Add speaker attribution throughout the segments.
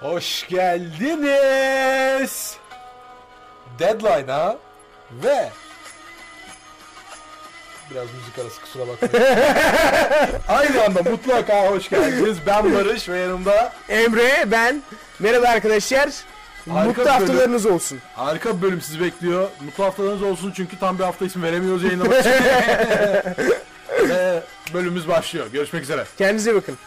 Speaker 1: Hoş geldiniz. Deadline'a ve biraz müzik arası kusura bakmayın. Aynı anda mutlaka hoş geldiniz. Ben Barış ve yanımda
Speaker 2: Emre, ben. Merhaba arkadaşlar. Mutlu
Speaker 1: bir bölüm.
Speaker 2: haftalarınız olsun.
Speaker 1: Harika bir bölüm sizi bekliyor. Mutlu haftalarınız olsun çünkü tam bir hafta isim veremiyoruz yayınlamak için. Ve bölümümüz başlıyor. Görüşmek üzere.
Speaker 2: Kendinize bakın.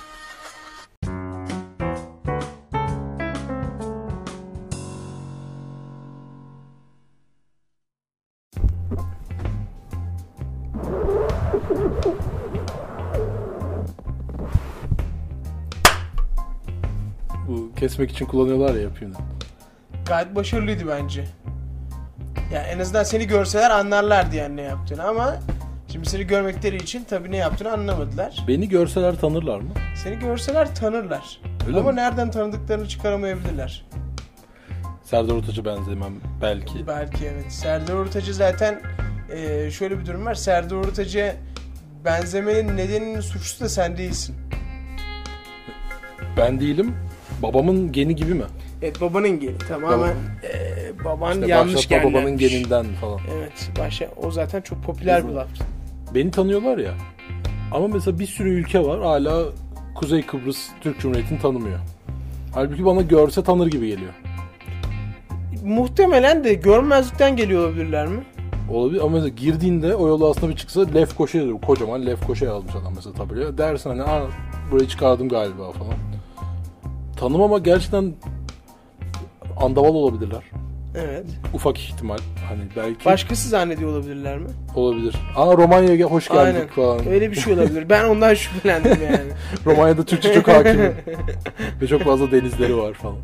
Speaker 3: Bu kesmek için kullanıyorlar ya yapıyor.
Speaker 4: gayet başarılıydı bence. Ya en azından seni görseler anlarlardı yani ne yaptığını ama şimdi seni görmekleri için tabii ne yaptığını anlamadılar.
Speaker 3: Beni görseler tanırlar mı?
Speaker 4: Seni görseler tanırlar.
Speaker 3: Öyle
Speaker 4: ama
Speaker 3: mi?
Speaker 4: nereden tanıdıklarını çıkaramayabilirler.
Speaker 3: Serdar Ortaç'a benzemem belki.
Speaker 4: Belki evet. Serdar Ortaç'ı zaten eee, şöyle bir durum var. Serdar Ortaç'a benzemenin nedeninin suçlusu da sen değilsin.
Speaker 3: Ben değilim. Babamın geni gibi mi?
Speaker 2: Evet babanın geni tamamen
Speaker 3: Tamam.
Speaker 2: eee, baban
Speaker 3: İşte
Speaker 2: yanlış
Speaker 3: başlatma
Speaker 2: gelmiş.
Speaker 3: babanın geninden falan.
Speaker 4: Evet. Başa, o zaten çok popüler bir laf.
Speaker 3: Beni tanıyorlar ya. Ama mesela bir sürü ülke var hala Kuzey Kıbrıs Türk Cumhuriyeti'ni tanımıyor. Halbuki bana görse tanır gibi geliyor.
Speaker 4: Muhtemelen de görmezlikten geliyor olabilirler mi?
Speaker 3: Olabilir ama mesela girdiğinde o yola aslında bir çıksa Lefkoşa yazıyor. Kocaman Lefkoşa yazmış adam mesela tabelaya. Dersin hani Aa, burayı çıkardım galiba falan. Tanımama gerçekten andaval olabilirler.
Speaker 4: Evet.
Speaker 3: Ufak ihtimal. Hani belki
Speaker 4: Başkası zannediyor olabilirler mi?
Speaker 3: olabilir. Aa Romanya'ya gel- hoş geldik
Speaker 4: Aynen.
Speaker 3: falan.
Speaker 4: Öyle bir şey olabilir. Ben ondan şüphelendim yani.
Speaker 3: Romanya'da Türkçe çok hakim. Ve çok fazla denizleri var falan.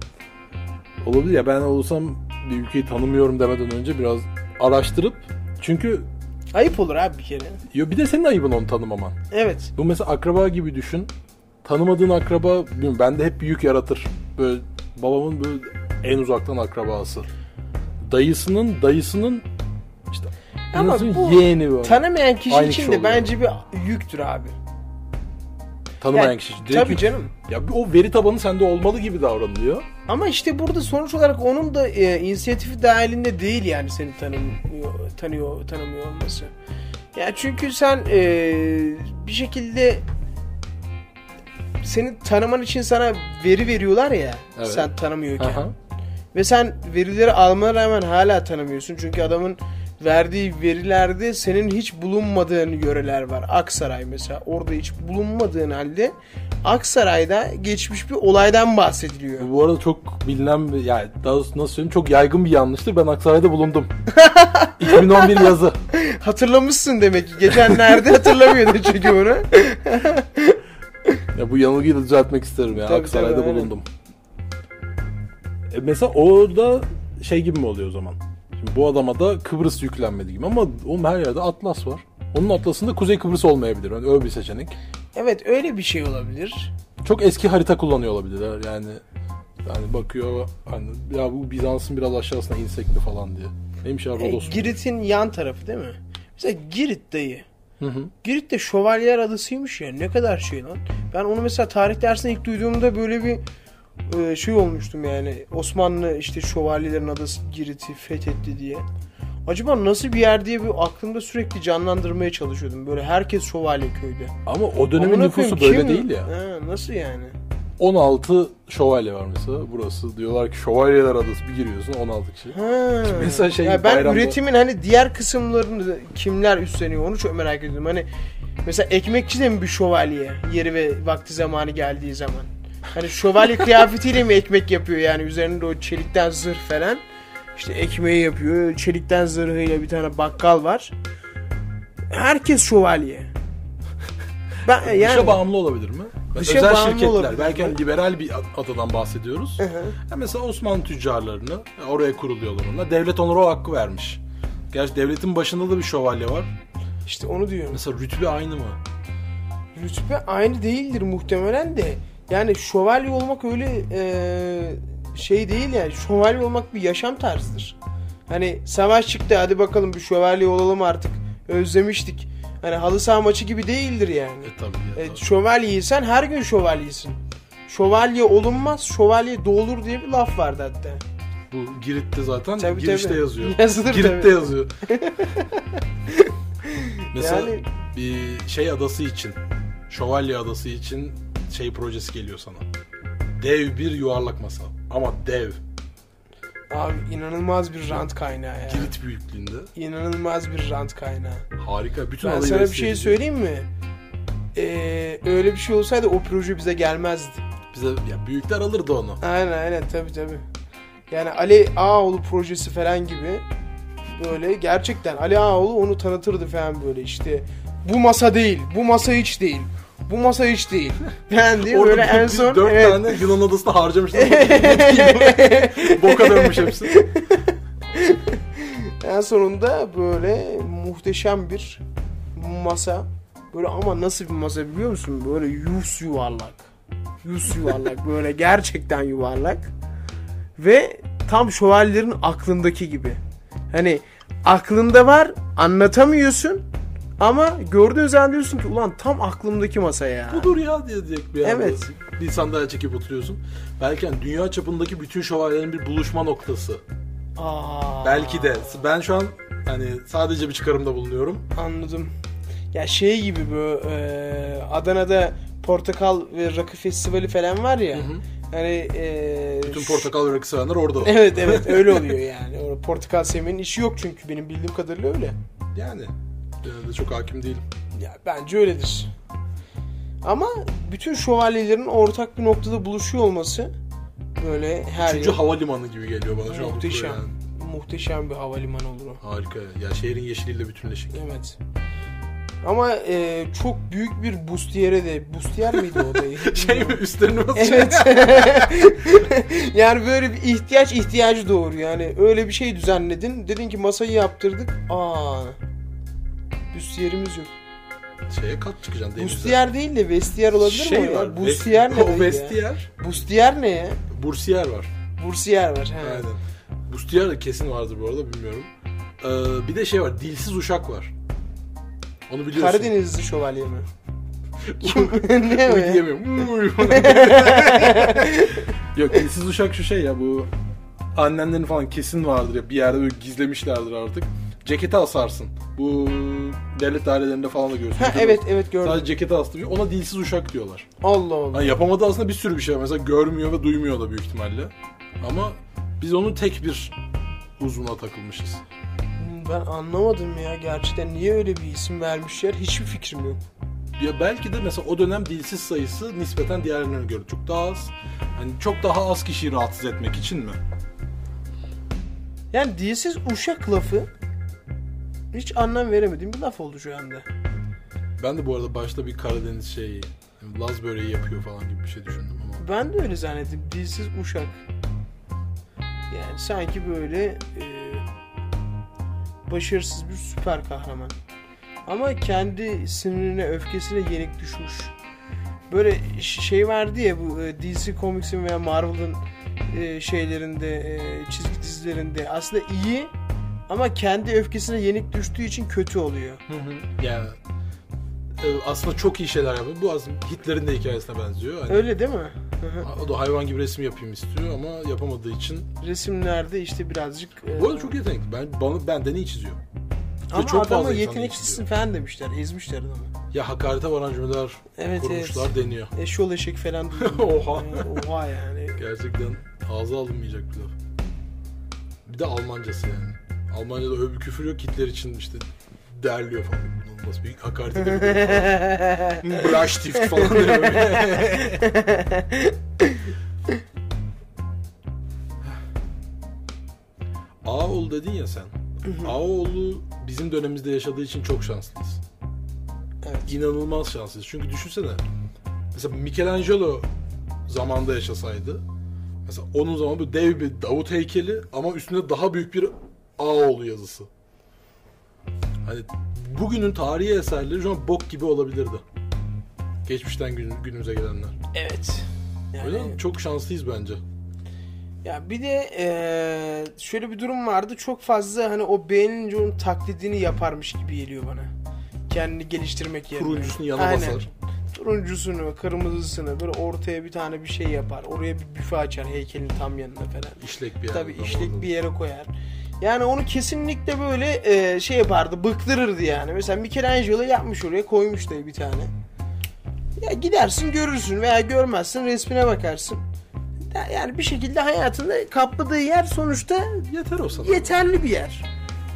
Speaker 3: Olabilir ya ben olsam bir ülkeyi tanımıyorum demeden önce biraz araştırıp çünkü
Speaker 4: Ayıp olur abi bir kere.
Speaker 3: yo, bir de senin ayıbın onu tanımaman.
Speaker 4: Evet.
Speaker 3: Bu mesela akraba gibi düşün. Tanımadığın akraba bilmiyorum, bende hep bir yük yaratır. Böyle babamın böyle en uzaktan akrabası. Dayısının dayısının işte
Speaker 4: Ama
Speaker 3: nasıl
Speaker 4: bu
Speaker 3: yeğeni böyle.
Speaker 4: Tanımayan kişi
Speaker 3: Aynı
Speaker 4: için
Speaker 3: kişi
Speaker 4: de
Speaker 3: oluyor.
Speaker 4: bence bir yüktür abi.
Speaker 3: tanımayan
Speaker 4: Yani
Speaker 3: kişi. Direkt
Speaker 4: Tabii
Speaker 3: yük-
Speaker 4: canım.
Speaker 3: Ya o veri tabanı sende olmalı gibi davranılıyor.
Speaker 4: Ama işte burada sonuç olarak onun da e, inisiyatifi dahilinde değil yani seni tanımıyor, tanıyor, tanımıyor olması. Yani çünkü sen e, bir şekilde seni tanıman için sana veri veriyorlar ya
Speaker 3: Evet.
Speaker 4: sen tanımıyorken.
Speaker 3: Aha.
Speaker 4: Ve sen verileri almana rağmen hala tanımıyorsun. Çünkü adamın verdiği verilerde senin hiç bulunmadığın yöreler var. Aksaray mesela. Orada hiç bulunmadığın halde Aksaray'da geçmiş bir olaydan bahsediliyor.
Speaker 3: E, Bu arada çok bilinen bir, yani daha doğrusu nasıl söyleyeyim çok yaygın bir yanlıştır. Ben Aksaray'da bulundum. 2011 yazı.
Speaker 4: Hatırlamışsın demek ki. Geçenlerde hatırlamıyordun çünkü bunu.
Speaker 3: Ya bu yanılgıyı da düzeltmek isterim ya.
Speaker 4: Tabii,
Speaker 3: Aksaray'da
Speaker 4: tabii, aynen.
Speaker 3: bulundum. E mesela orada şey gibi mi oluyor o zaman? Şimdi bu adama da Kıbrıs yüklenmedi gibi ama oğlum her yerde Atlas var. Onun Atlas'ında Kuzey Kıbrıs olmayabilir. Yani öyle bir seçenek.
Speaker 4: Evet öyle bir şey olabilir.
Speaker 3: Çok eski harita kullanıyor olabilirler yani. Yani bakıyor hani ya bu Bizans'ın biraz aşağısına insek mi falan diye. Neymiş ya
Speaker 4: E,
Speaker 3: Rodos. mu?
Speaker 4: Girit'in yan tarafı değil mi? Mesela Girit dayı.
Speaker 3: Hı hı.
Speaker 4: Girit de şövalyeler adasıymış ya. Ne kadar şey lan. Ben onu mesela tarih dersinde ilk duyduğumda böyle bir e, şey olmuştum yani. Osmanlı işte şövalyelerin adası Girit'i fethetti diye. Acaba nasıl bir yer diye bir aklımda sürekli canlandırmaya çalışıyordum. Böyle herkes şövalye köyde.
Speaker 3: Ama o dönemin
Speaker 4: Amına
Speaker 3: nüfusu
Speaker 4: koyayım,
Speaker 3: böyle
Speaker 4: kim-
Speaker 3: değil ya.
Speaker 4: Ha, nasıl yani?
Speaker 3: 16 şövalye var mesela. Burası diyorlar ki şövalyeler adası bir giriyorsun 16 kişi.
Speaker 4: Ha.
Speaker 3: Mesela şey,
Speaker 4: ya ben
Speaker 3: bayramda-
Speaker 4: üretimin hani diğer kısımlarını kimler üstleniyor onu çok merak ediyorum. Hani mesela ekmekçi de mi bir şövalye yeri ve vakti zamanı geldiği zaman? Hani şövalye kıyafetiyle mi ekmek yapıyor yani üzerinde o çelikten zırh falan. İşte ekmeği yapıyor. Çelikten zırhıyla bir tane bakkal var. Herkes şövalye. Ben
Speaker 3: Dışa
Speaker 4: yani
Speaker 3: bağımlı olabilir mi? Mesela
Speaker 4: Dışa
Speaker 3: özel
Speaker 4: bağımlı
Speaker 3: şirketler.
Speaker 4: olabilir
Speaker 3: belki
Speaker 4: mi?
Speaker 3: hani liberal bir adadan bahsediyoruz.
Speaker 4: hı.
Speaker 3: Ya mesela Osmanlı tüccarlarını ya oraya kuruluyorlar onlar. Devlet onlara o hakkı vermiş. Gerçi devletin başında da bir şövalye var.
Speaker 4: işte onu diyorum.
Speaker 3: Mesela rütbe aynı mı?
Speaker 4: Rütbe aynı değildir muhtemelen de. Yani şövalye olmak öyle eee, şey değil yani. Şövalye olmak bir yaşam tarzıdır. Hani savaş çıktı hadi bakalım bir şövalye olalım artık. Özlemiştik. Hani halı saha maçı gibi değildir yani.
Speaker 3: E tabii. ya,
Speaker 4: E,
Speaker 3: tabii.
Speaker 4: şövalyeysen her gün şövalyesin. Şövalye olunmaz, şövalye doğulur diye bir laf vardı hatta.
Speaker 3: Bu Girit'te zaten
Speaker 4: Tabii,
Speaker 3: girişte
Speaker 4: tabii.
Speaker 3: yazıyor.
Speaker 4: Yazılır
Speaker 3: Girit'te
Speaker 4: tabii.
Speaker 3: yazıyor. Mesela
Speaker 4: Yani-
Speaker 3: bir şey adası için, Şövalye adası için şey projesi geliyor sana. Dev bir yuvarlak masa. Ama dev.
Speaker 4: Abi inanılmaz bir rant kaynağı ya.
Speaker 3: Girit büyüklüğünde.
Speaker 4: İnanılmaz bir rant kaynağı.
Speaker 3: Harika. Bütün
Speaker 4: Ben
Speaker 3: adayı
Speaker 4: sana bir şey
Speaker 3: besleyici.
Speaker 4: söyleyeyim mi? Ee, öyle bir şey olsaydı o proje bize gelmezdi.
Speaker 3: Bize ya büyükler alırdı onu.
Speaker 4: Aynen aynen tabi tabi. Yani Ali Ağaoğlu projesi falan gibi böyle gerçekten Ali Ağaoğlu onu tanıtırdı falan böyle işte bu masa değil, bu masa hiç değil, bu masa hiç değil. Yani diye böyle
Speaker 3: Orada
Speaker 4: en son
Speaker 3: 4
Speaker 4: evet,
Speaker 3: tane Yunan adasını harcamışlar. Boka dönmüş hepsi.
Speaker 4: en sonunda böyle muhteşem bir masa böyle ama nasıl bir masa biliyor musun? Böyle yus yuvarlak. Yus yuvarlak böyle gerçekten yuvarlak. Ve tam şövalyelerin aklındaki gibi. Hani aklında var anlatamıyorsun ama gördüğün zaman diyorsun ki ulan tam aklımdaki masa ya.
Speaker 3: Budur ya diyecek bir
Speaker 4: Evet.
Speaker 3: evet. Bir sandalye çekip oturuyorsun. Belki yani dünya çapındaki bütün şövalyelerin bir buluşma noktası.
Speaker 4: Aa,
Speaker 3: Belki de. Ben şu an hani sadece bir çıkarımda bulunuyorum.
Speaker 4: Anladım. Ya şey gibi bu e, Adana'da portakal ve rakı festivali falan var ya. Hani e,
Speaker 3: Bütün
Speaker 4: şu-
Speaker 3: portakal ve rakı sevenler orada. var.
Speaker 4: Evet evet öyle oluyor yani. O portakal sevmenin işi yok çünkü benim bildiğim kadarıyla öyle.
Speaker 3: Yani genelde çok hakim değilim.
Speaker 4: Ya bence öyledir. Ama bütün şövalyelerin ortak bir noktada buluşuyor olması böyle her
Speaker 3: Üçüncü
Speaker 4: yıl
Speaker 3: havalimanı gibi geliyor bana şu an. bu
Speaker 4: muhteşem.
Speaker 3: yani.
Speaker 4: Muhteşem bir havalimanı olur o.
Speaker 3: Harika. Ya şehrin yeşiliyle bütünleşik.
Speaker 4: Evet. Ama e, çok büyük bir bustiyere de bustiyer miydi o da?
Speaker 3: Şey mi üstlerini basacak?
Speaker 4: Evet. yani böyle bir ihtiyaç ihtiyacı doğuruyor. Yani öyle bir şey düzenledin. Dedin ki masayı yaptırdık. Aa. Büstiyerimiz yok.
Speaker 3: Şeye kat çıkacaksın denize.
Speaker 4: Bustiyer değil de vestiyer olabilir
Speaker 3: Şey
Speaker 4: mi? o
Speaker 3: var,
Speaker 4: ya? Bustiyer ne?
Speaker 3: vest-
Speaker 4: dayı
Speaker 3: o
Speaker 4: ya?
Speaker 3: Vestiyer.
Speaker 4: Bustiyer ne ya?
Speaker 3: Bursiyer var.
Speaker 4: Bursiyer var. He.
Speaker 3: Aynen. Bustiyer de kesin vardır bu arada bilmiyorum. Ee, bir de şey var. Dilsiz uşak var. Onu biliyorsun.
Speaker 4: Karadenizli şövalye mi? ne o
Speaker 3: Uy
Speaker 4: ya?
Speaker 3: diyemiyorum. Uy.
Speaker 5: Yok dilsiz uşak şu şey ya bu annenlerin falan kesin vardır ya bir yerde böyle gizlemişlerdir artık. Ceketi asarsın. Bu devlet dairelerinde falan da görürsün.
Speaker 4: Ha, evet evet gördüm.
Speaker 5: Sadece ceketi astı. Ona dilsiz uşak diyorlar.
Speaker 4: Allah Allah.
Speaker 5: Hani yapamadı aslında bir sürü bir şey var. Mesela görmüyor ve duymuyor da büyük ihtimalle. Ama biz onun tek bir uzvuna takılmışız.
Speaker 4: Hmm, Ben anlamadım ya gerçekten niye öyle bir isim vermişler hiçbir fikrim yok.
Speaker 3: Ya belki de mesela o dönem dilsiz sayısı nispeten diğerlerine göre çok daha az. Hani çok daha az kişiyi rahatsız etmek için mi?
Speaker 4: Yani dilsiz uşak lafı hiç anlam veremediğim bir laf oldu şu anda.
Speaker 3: Ben de bu arada başta bir Karadeniz şeyi, Laz böreği yapıyor falan gibi bir şey düşündüm ama.
Speaker 4: Ben de öyle zannettim. Dilsiz uşak. Yani sanki böyle e, başarısız bir süper kahraman. Ama kendi sinirine, öfkesine yenik düşmüş. Böyle ş- şey vardı ya bu e, DC Comics'in veya Marvel'ın e, şeylerinde, e, çizgi dizilerinde aslında iyi ama kendi öfkesine yenik düştüğü için kötü oluyor.
Speaker 3: Yani e, aslında çok iyi şeyler yapıyor. Bu aslında Hitler'in de hikayesine benziyor. Hani
Speaker 4: Öyle değil mi? Hı hı.
Speaker 3: o da hayvan gibi resim yapayım istiyor ama yapamadığı için.
Speaker 4: Resimlerde işte birazcık... e,
Speaker 3: Bu arada çok yetenekli. Ben bana benden iyi çiziyor.
Speaker 4: Ama
Speaker 3: çok
Speaker 4: adama
Speaker 3: fazla insan
Speaker 4: yeteneksizsin falan demişler. Ezmişler adamı.
Speaker 3: Ya hakarete varan cümleler
Speaker 4: Evet
Speaker 3: kurmuşlar
Speaker 4: evet.
Speaker 3: deniyor.
Speaker 4: Eşol eşek falan duydum.
Speaker 3: Oha.
Speaker 4: Yani, Oha yani.
Speaker 3: Gerçekten ağza alınmayacak bir laf. Bir de Almancası yani. Almanca'da öyle bir küfür yok. Hitler için işte derliyor falan. İnanılmaz bir hakaret ediyor. Bleistift falan diyor. böyle. Ağaoğlu dedin ya sen. Ağaoğlu bizim dönemimizde yaşadığı için çok şanslıyız.
Speaker 4: Evet.
Speaker 3: İnanılmaz şanslıyız. Çünkü düşünsene. Mesela Michelangelo zamanda yaşasaydı. Mesela onun zaman bu dev bir Davut heykeli ama üstünde daha büyük bir Ağaoğlu yazısı. Hani bugünün tarihi eserleri şu an bok gibi olabilirdi. Geçmişten gün- günümüze gelenler.
Speaker 4: evet. Yani,
Speaker 3: Öyle mi? Çok şanslıyız bence.
Speaker 4: Ya bir de eee, şöyle bir durum vardı. Çok fazla hani o beğenince onun taklidini yaparmış gibi geliyor bana. Kendini geliştirmek yerine.
Speaker 3: Kuruncusunu yana
Speaker 4: Aynen.
Speaker 3: basar.
Speaker 4: turuncusunu, kırmızısını böyle ortaya bir tane bir şey yapar. Oraya bir büfe açar heykelin tam yanına falan.
Speaker 3: İşlek bir yer.
Speaker 4: Tabii işlek bir yere koyar. Yani onu kesinlikle böyle e, şey yapardı, bıktırırdı yani. Mesela Michelangelo yapmış oraya koymuş da bir tane. Ya gidersin görürsün veya görmezsin resmine bakarsın. Ya- Yani bir şekilde hayatında kapladığı yer sonuçta
Speaker 3: Yeter o sana.
Speaker 4: yeterli bir yer.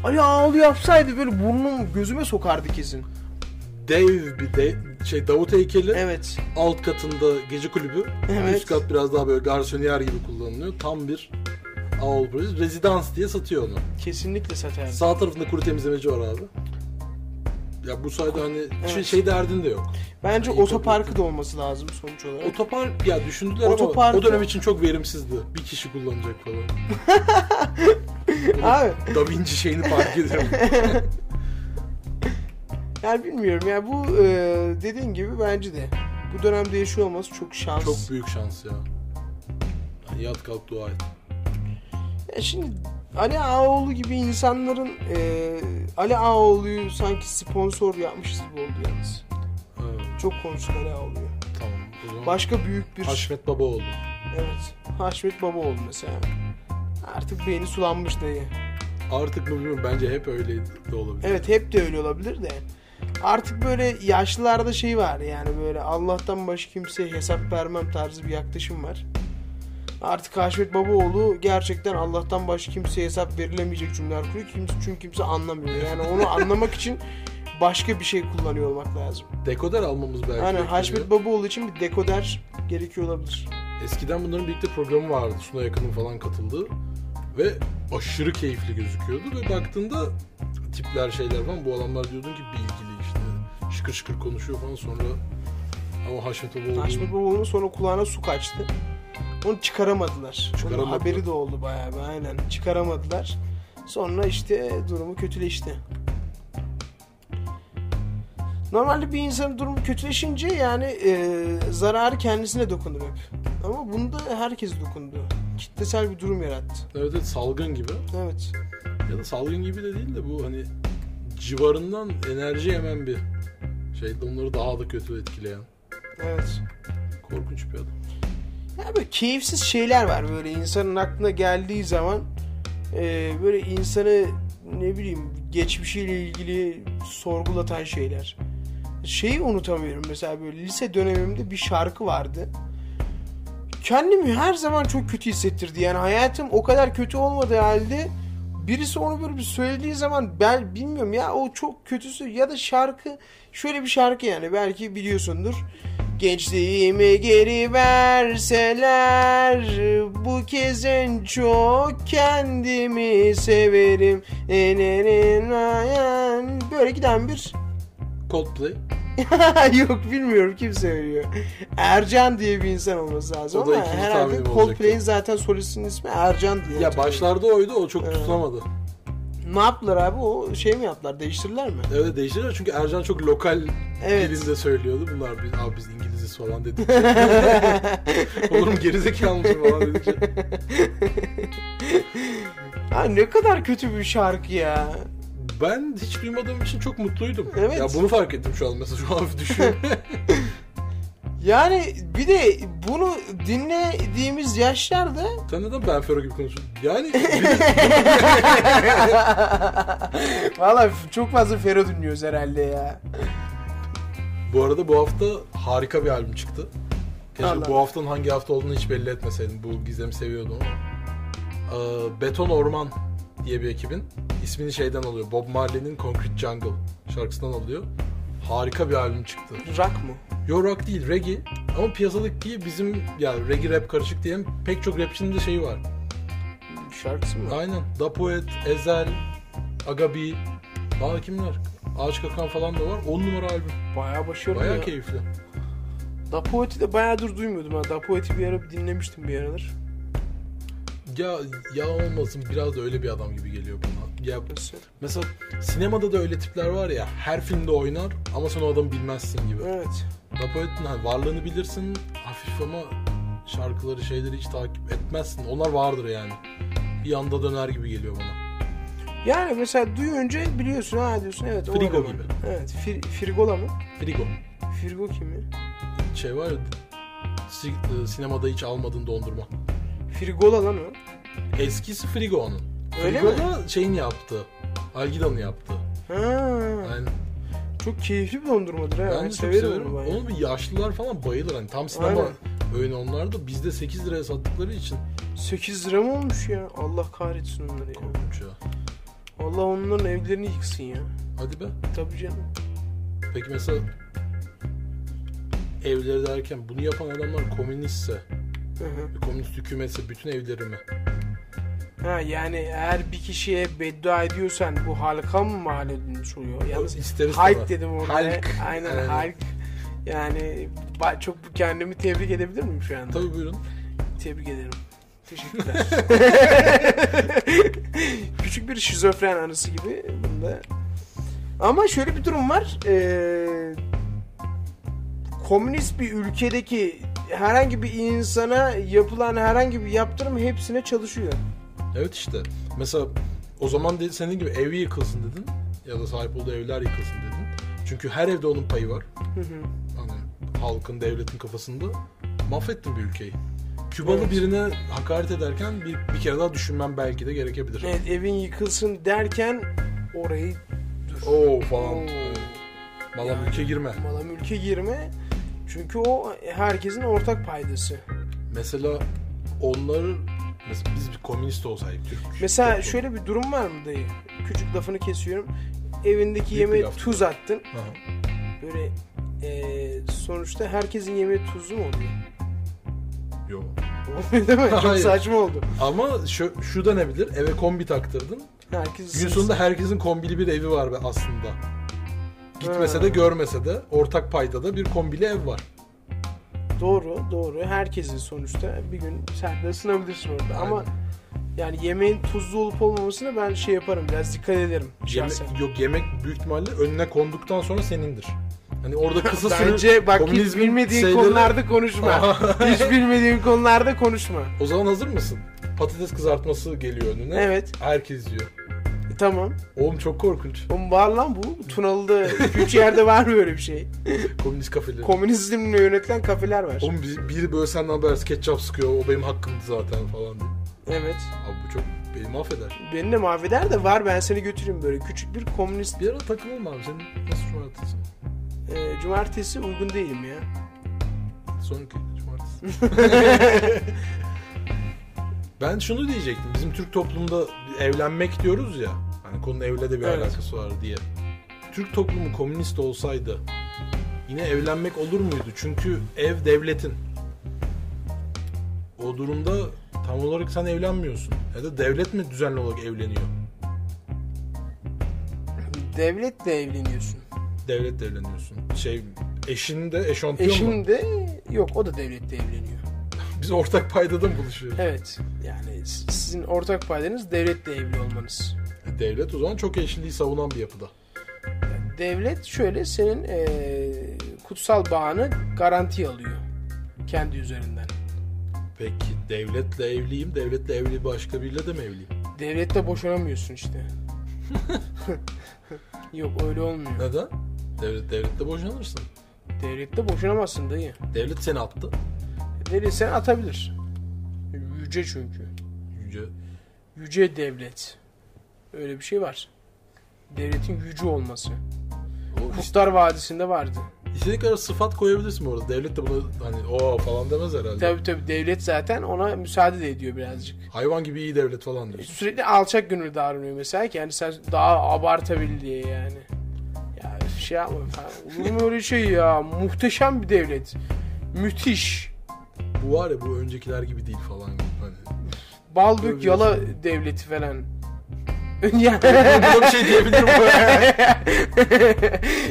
Speaker 4: Ali ağlı yapsaydı böyle burnum gözüme sokardı kesin.
Speaker 3: Dev bir de, şey Davut heykeli.
Speaker 4: Evet.
Speaker 3: Alt katında gece kulübü.
Speaker 4: Evet.
Speaker 3: Üst kat biraz daha böyle garsoniyer gibi kullanılıyor. Tam bir Owl Breeze. Residans diye satıyor onu.
Speaker 4: Kesinlikle satardı.
Speaker 3: Sağ tarafında kuru temizlemeci var abi. Ya bu sayede hani şey,
Speaker 4: Evet.
Speaker 3: şey derdin de yok.
Speaker 4: Bence
Speaker 3: İyi toplu.
Speaker 4: otoparkı da olması lazım sonuç olarak.
Speaker 3: Otopark ya düşündüler
Speaker 4: Otopark-
Speaker 3: ama o dönem için çok verimsizdi. Bir kişi kullanacak falan.
Speaker 4: Abi
Speaker 3: Da Vinci şeyini fark ediyorum.
Speaker 4: yani bilmiyorum ya bu e, dediğin gibi bence de bu dönemde yaşıyor olması çok şans.
Speaker 3: çok büyük şans ya. Yani yat kalk dua et.
Speaker 4: Ya şimdi Ali Ağaoğlu gibi insanların e, Ali Ağaoğlu'yu sanki sponsor yapmışız gibi oldu yalnız.
Speaker 3: Ha,
Speaker 4: Çok konuştuk Ali Ağaoğlu'yu.
Speaker 3: tamam. O zaman
Speaker 4: Başka büyük bir...
Speaker 3: Haşmet Baba oldu.
Speaker 4: Evet. Haşmet Baba oldu mesela. Artık beyni sulanmış dayı.
Speaker 3: Artık mı bilmiyorum bence hep öyle de olabilir.
Speaker 4: Evet hep de öyle olabilir de. Artık böyle yaşlılarda şey var yani böyle Allah'tan başka kimseye hesap vermem tarzı bir yaklaşım var. Artık Haşmet Babaoğlu gerçekten Allah'tan başka kimseye hesap verilemeyecek cümleler kuruyor. Kimse, çünkü kimse anlamıyor. Yani onu anlamak için başka bir şey kullanıyor olmak lazım.
Speaker 3: Dekoder almamız belki.
Speaker 4: Aynen
Speaker 3: bekleniyor.
Speaker 4: Haşmet Babaoğlu için bir dekoder gerekiyor olabilir.
Speaker 3: Eskiden bunların birlikte programı vardı. Suna Yakın'ın falan katıldığı. Ve aşırı keyifli gözüküyordu. Ve baktığında tipler şeyler falan. Bu adamlar diyordun ki bilgili işte. Şıkır şıkır konuşuyor falan sonra. Ama Haşmet Oğlu
Speaker 4: Haşmet Babaoğlu'nun sonra kulağına su kaçtı. Onu çıkaramadılar. Onun
Speaker 3: Çıkaramadılar.
Speaker 4: haberi de oldu bayağı bir aynen. Çıkaramadılar. Sonra işte durumu kötüleşti. Normalde bir insanın durumu kötüleşince yani e, zararı kendisine dokunur hep. Ama bunda herkes dokundu. Kitlesel bir durum yarattı.
Speaker 3: evet, evet salgın gibi.
Speaker 4: Evet.
Speaker 3: Ya da salgın gibi de değil de bu hani civarından enerji yemen bir şey. Onları daha da kötü etkileyen.
Speaker 4: Evet.
Speaker 3: Korkunç bir adam.
Speaker 4: Ya böyle keyifsiz şeyler var böyle insanın aklına geldiği zaman e, böyle insanı ne bileyim geçmişiyle ilgili sorgulatan şeyler. Şeyi unutamıyorum mesela böyle lise dönemimde bir şarkı vardı. Kendimi her zaman çok kötü hissettirdi. Yani hayatım o kadar kötü olmadığı halde birisi onu böyle bir söylediği zaman ben bilmiyorum ya o çok kötüsü ya da şarkı şöyle bir şarkı yani belki biliyorsundur. Gençliğimi geri verseler bu kez en çok kendimi severim. Böyle giden bir
Speaker 3: Coldplay.
Speaker 4: yok bilmiyorum kim söylüyor. Ercan diye bir insan olması lazım
Speaker 3: O da
Speaker 4: ama
Speaker 3: ikinci
Speaker 4: herhalde
Speaker 3: tahminim
Speaker 4: Coldplay'in
Speaker 3: olacaktı.
Speaker 4: zaten solistinin ismi Ercan diye.
Speaker 3: Ya
Speaker 4: hatırlıyorum.
Speaker 3: başlarda oydu o çok
Speaker 4: Evet.
Speaker 3: tutulamadı.
Speaker 4: Ne yaptılar abi o şey mi yaptılar değiştirdiler mi?
Speaker 3: Evet değiştiler çünkü Ercan çok lokal
Speaker 4: Evet.
Speaker 3: dilinde söylüyordu. Bunlar biz, abi biz İngilizce falan dedik. Oğlum gerizekalı mısın falan dedikçe.
Speaker 4: Ha, ne kadar kötü bir şarkı ya.
Speaker 3: Ben hiç duymadığım için çok mutluydum.
Speaker 4: Evet.
Speaker 3: Ya bunu fark ettim şu an mesela şu an düşün.
Speaker 4: Yani bir de bunu dinlediğimiz yaşlarda
Speaker 3: Sen neden Ben Fero gibi konuşuyorsun? Yani
Speaker 4: Valla çok fazla Fero dinliyoruz herhalde ya.
Speaker 3: bu arada bu hafta harika bir albüm çıktı. Keşke
Speaker 4: Allah.
Speaker 3: bu haftanın hangi hafta olduğunu hiç belli etmeseydim. Bu gizemi seviyordum ama. Ee, Beton Orman diye bir ekibin ismini şeyden alıyor. Bob Marley'nin Concrete Jungle şarkısından alıyor. Harika bir albüm çıktı.
Speaker 4: Rock mı?
Speaker 3: Yo rock değil reggae ama piyasadaki bizim yani reggae rap karışık diye pek çok rapçinin de şeyi var.
Speaker 4: Şarkısı mı?
Speaker 3: Aynen. Da Poet, Ezel, Agabi, daha kimler? Ağaç Kakan falan da var. 10 numara albüm.
Speaker 4: Bayağı başarılı
Speaker 3: Bayağı
Speaker 4: ya.
Speaker 3: keyifli.
Speaker 4: Da Poet'i de bayağıdır duymuyordum ha. Da Poet'i bir ara bir dinlemiştim bir aralar.
Speaker 3: Ya ya olmasın biraz da öyle bir adam gibi geliyor bana. Ya
Speaker 4: Nasıl?
Speaker 3: mesela sinemada da öyle tipler var ya her filmde oynar ama sen o adamı bilmezsin gibi.
Speaker 4: Evet.
Speaker 3: Da Poet'in hani varlığını bilirsin hafif ama şarkıları şeyleri hiç takip etmezsin. Onlar vardır yani. Bir anda döner gibi geliyor bana.
Speaker 4: Yani mesela duyunca biliyorsun ha diyorsun evet. o
Speaker 3: Frigo
Speaker 4: eleman.
Speaker 3: gibi.
Speaker 4: Evet. Fir- Firgola mı?
Speaker 3: Frigo.
Speaker 4: Firgo kimi?
Speaker 3: şey var ya si- e, sinemada hiç almadığın dondurma.
Speaker 4: Frigola lan o.
Speaker 3: Eskisi Frigo onun.
Speaker 4: Öyle
Speaker 3: Frigo
Speaker 4: mi?
Speaker 3: da şeyin yaptı. Algida'nın yaptı.
Speaker 4: Ha.
Speaker 3: Yani
Speaker 4: Çok keyifli bir dondurmadır ha.
Speaker 3: ben de çok severim.
Speaker 4: ben ya.
Speaker 3: Onun bir yaşlılar falan bayılır. Hani tam sinema
Speaker 4: Aynen.
Speaker 3: öğünü onlar da bizde 8 liraya sattıkları için
Speaker 4: 8 lira mı olmuş ya? Allah kahretsin onları ya.
Speaker 3: korkunç ya.
Speaker 4: Allah onların evlerini yıksın ya.
Speaker 3: Hadi be.
Speaker 4: Tabii canım.
Speaker 3: Peki mesela evleri derken bunu yapan adamlar komünistse,
Speaker 4: Hı hı.
Speaker 3: komünist hükümetse bütün evleri mi?
Speaker 4: Ha yani eğer bir kişiye beddua ediyorsan bu halka mı mal edilmiş oluyor? Yalnız
Speaker 3: İster istemez.
Speaker 4: halk dedim orada.
Speaker 3: Halk.
Speaker 4: Aynen
Speaker 3: Aynen.
Speaker 4: halk. Yani ba- çok kendimi tebrik edebilir miyim şu anda?
Speaker 3: Tabii buyurun.
Speaker 4: Tebrik ederim. Teşekkürler. Küçük bir şizofren anısı gibi bunda. Ama şöyle bir durum var. Ee, komünist bir ülkedeki herhangi bir insana yapılan herhangi bir yaptırım hepsine çalışıyor.
Speaker 3: Evet işte. Mesela o zaman de, senin gibi evi yıkılsın dedin. Ya da sahip olduğu evler yıkılsın dedin. Çünkü her evde onun payı var.
Speaker 4: Hı hı.
Speaker 3: Hani halkın, devletin kafasında. Mahvettin bir ülkeyi. Kübalı
Speaker 4: Evet.
Speaker 3: birine hakaret ederken bir, bir kere daha düşünmem belki de gerekebilir.
Speaker 4: Evet evin yıkılsın derken orayı
Speaker 3: Oo falan.
Speaker 4: Oo.
Speaker 3: Evet. Mala mülke girme.
Speaker 4: mala mülke girme. Çünkü o herkesin ortak paydası.
Speaker 3: Mesela onları mesela biz bir komünist olsaydık Türk.
Speaker 4: Mesela
Speaker 3: Türk-
Speaker 4: şöyle bir durum var mı dayı? Küçük lafını kesiyorum. Evindeki
Speaker 3: bir
Speaker 4: yemeğe
Speaker 3: laf.
Speaker 4: tuz attın.
Speaker 3: Aha.
Speaker 4: Böyle eee, sonuçta herkesin yemeği tuzlu mu oluyor?
Speaker 3: Yo.
Speaker 4: Olmuyor değil mi? Çok
Speaker 3: Hayır.
Speaker 4: saçma oldu.
Speaker 3: Ama şu, şu da ne bilir? Eve kombi taktırdın.
Speaker 4: Herkes
Speaker 3: Gün sonunda herkesin kombili bir evi var be aslında. Gitmese
Speaker 4: Ha.
Speaker 3: de görmese de ortak paydada bir kombili ev var.
Speaker 4: Doğru doğru. Herkesin sonuçta bir gün sen de ısınabilirsin orada. Ama yani yemeğin tuzlu olup olmamasını ben şey yaparım. Biraz dikkat ederim.
Speaker 3: Yemek,
Speaker 4: şahsen.
Speaker 3: yok yemek büyük ihtimalle önüne konduktan sonra senindir. Hani orada kısa süre
Speaker 4: Bence bak hiç
Speaker 3: komünizmin
Speaker 4: bilmediğin
Speaker 3: şeyleri-
Speaker 4: konularda konuşma. hiç bilmediğin konularda konuşma.
Speaker 3: O zaman hazır mısın? Patates kızartması geliyor önüne.
Speaker 4: Evet.
Speaker 3: Herkes yiyor.
Speaker 4: E, tamam.
Speaker 3: Oğlum çok korkunç.
Speaker 4: Oğlum var lan bu. Tunalı'da 3 yerde var mı öyle bir şey?
Speaker 3: Komünist kafeleri.
Speaker 4: Komünizmle yönetilen kafeler var.
Speaker 3: Oğlum bir- biri böyle senden habersiz ketçap sıkıyor. O benim hakkımdı zaten falan diye.
Speaker 4: Evet.
Speaker 3: Abi bu çok beni mahveder.
Speaker 4: Beni de mahveder de var ben seni götüreyim böyle. Küçük bir komünist
Speaker 3: Bir ara takılalım abi. Senin nasıl cumartesi?
Speaker 4: e, cumartesi uygun değilim ya.
Speaker 3: Sonraki cumartesi. ben şunu diyecektim. Bizim Türk toplumunda evlenmek diyoruz ya. Hani konunun evle de bir
Speaker 4: Evet.
Speaker 3: alakası var diye. Türk toplumu komünist olsaydı yine evlenmek olur muydu? Çünkü ev devletin. O durumda tam olarak sen evlenmiyorsun. Ya da devlet mi düzenli olarak evleniyor?
Speaker 4: Devletle evleniyorsun.
Speaker 3: Devletle evleniyorsun. Şey eşin de eşantiyon mu?
Speaker 4: Eşim de E yok o da devletle evleniyor.
Speaker 3: Biz ortak paydada mı buluşuyoruz?
Speaker 4: Evet. Yani s- sizin ortak paydanız devletle evli olmanız.
Speaker 3: Devlet o zaman çok eşliliği savunan bir yapıda.
Speaker 4: Devlet şöyle senin eee, kutsal bağını garanti alıyor kendi üzerinden.
Speaker 3: Peki devletle evliyim, devletle evli başka biriyle de mi evliyim?
Speaker 4: Devletle boşanamıyorsun işte. Yok öyle olmuyor.
Speaker 3: Neden? Devlet, devletle boşanırsın.
Speaker 4: Devletle boşanamazsın dayı.
Speaker 3: Devlet seni attı.
Speaker 4: Devlet seni atabilir. Yüce çünkü.
Speaker 3: Yüce.
Speaker 4: Yüce devlet. Öyle bir şey var. Devletin yüce olması.
Speaker 3: O işte,
Speaker 4: Kurtlar Vadisi'nde vardı.
Speaker 3: istediğin kadar sıfat koyabilirsin orada. Devlet de buna hani o falan demez herhalde.
Speaker 4: Tabi tabi devlet zaten ona müsaade de ediyor birazcık.
Speaker 3: Hayvan gibi iyi devlet falan diyorsun.
Speaker 4: Sürekli alçak gönüllü davranıyor mesela ki yani sen daha abartabilir diye yani. Ya şey yapma falan. Olur mu öyle şey ya? Muhteşem bir devlet. Müthiş.
Speaker 3: Bu var ya bu öncekiler gibi değil falan gibi. Hani.
Speaker 4: Bal dök
Speaker 3: Övüyorsun.
Speaker 4: yala devleti falan. Yani
Speaker 3: Buna bir şey diyebilirim.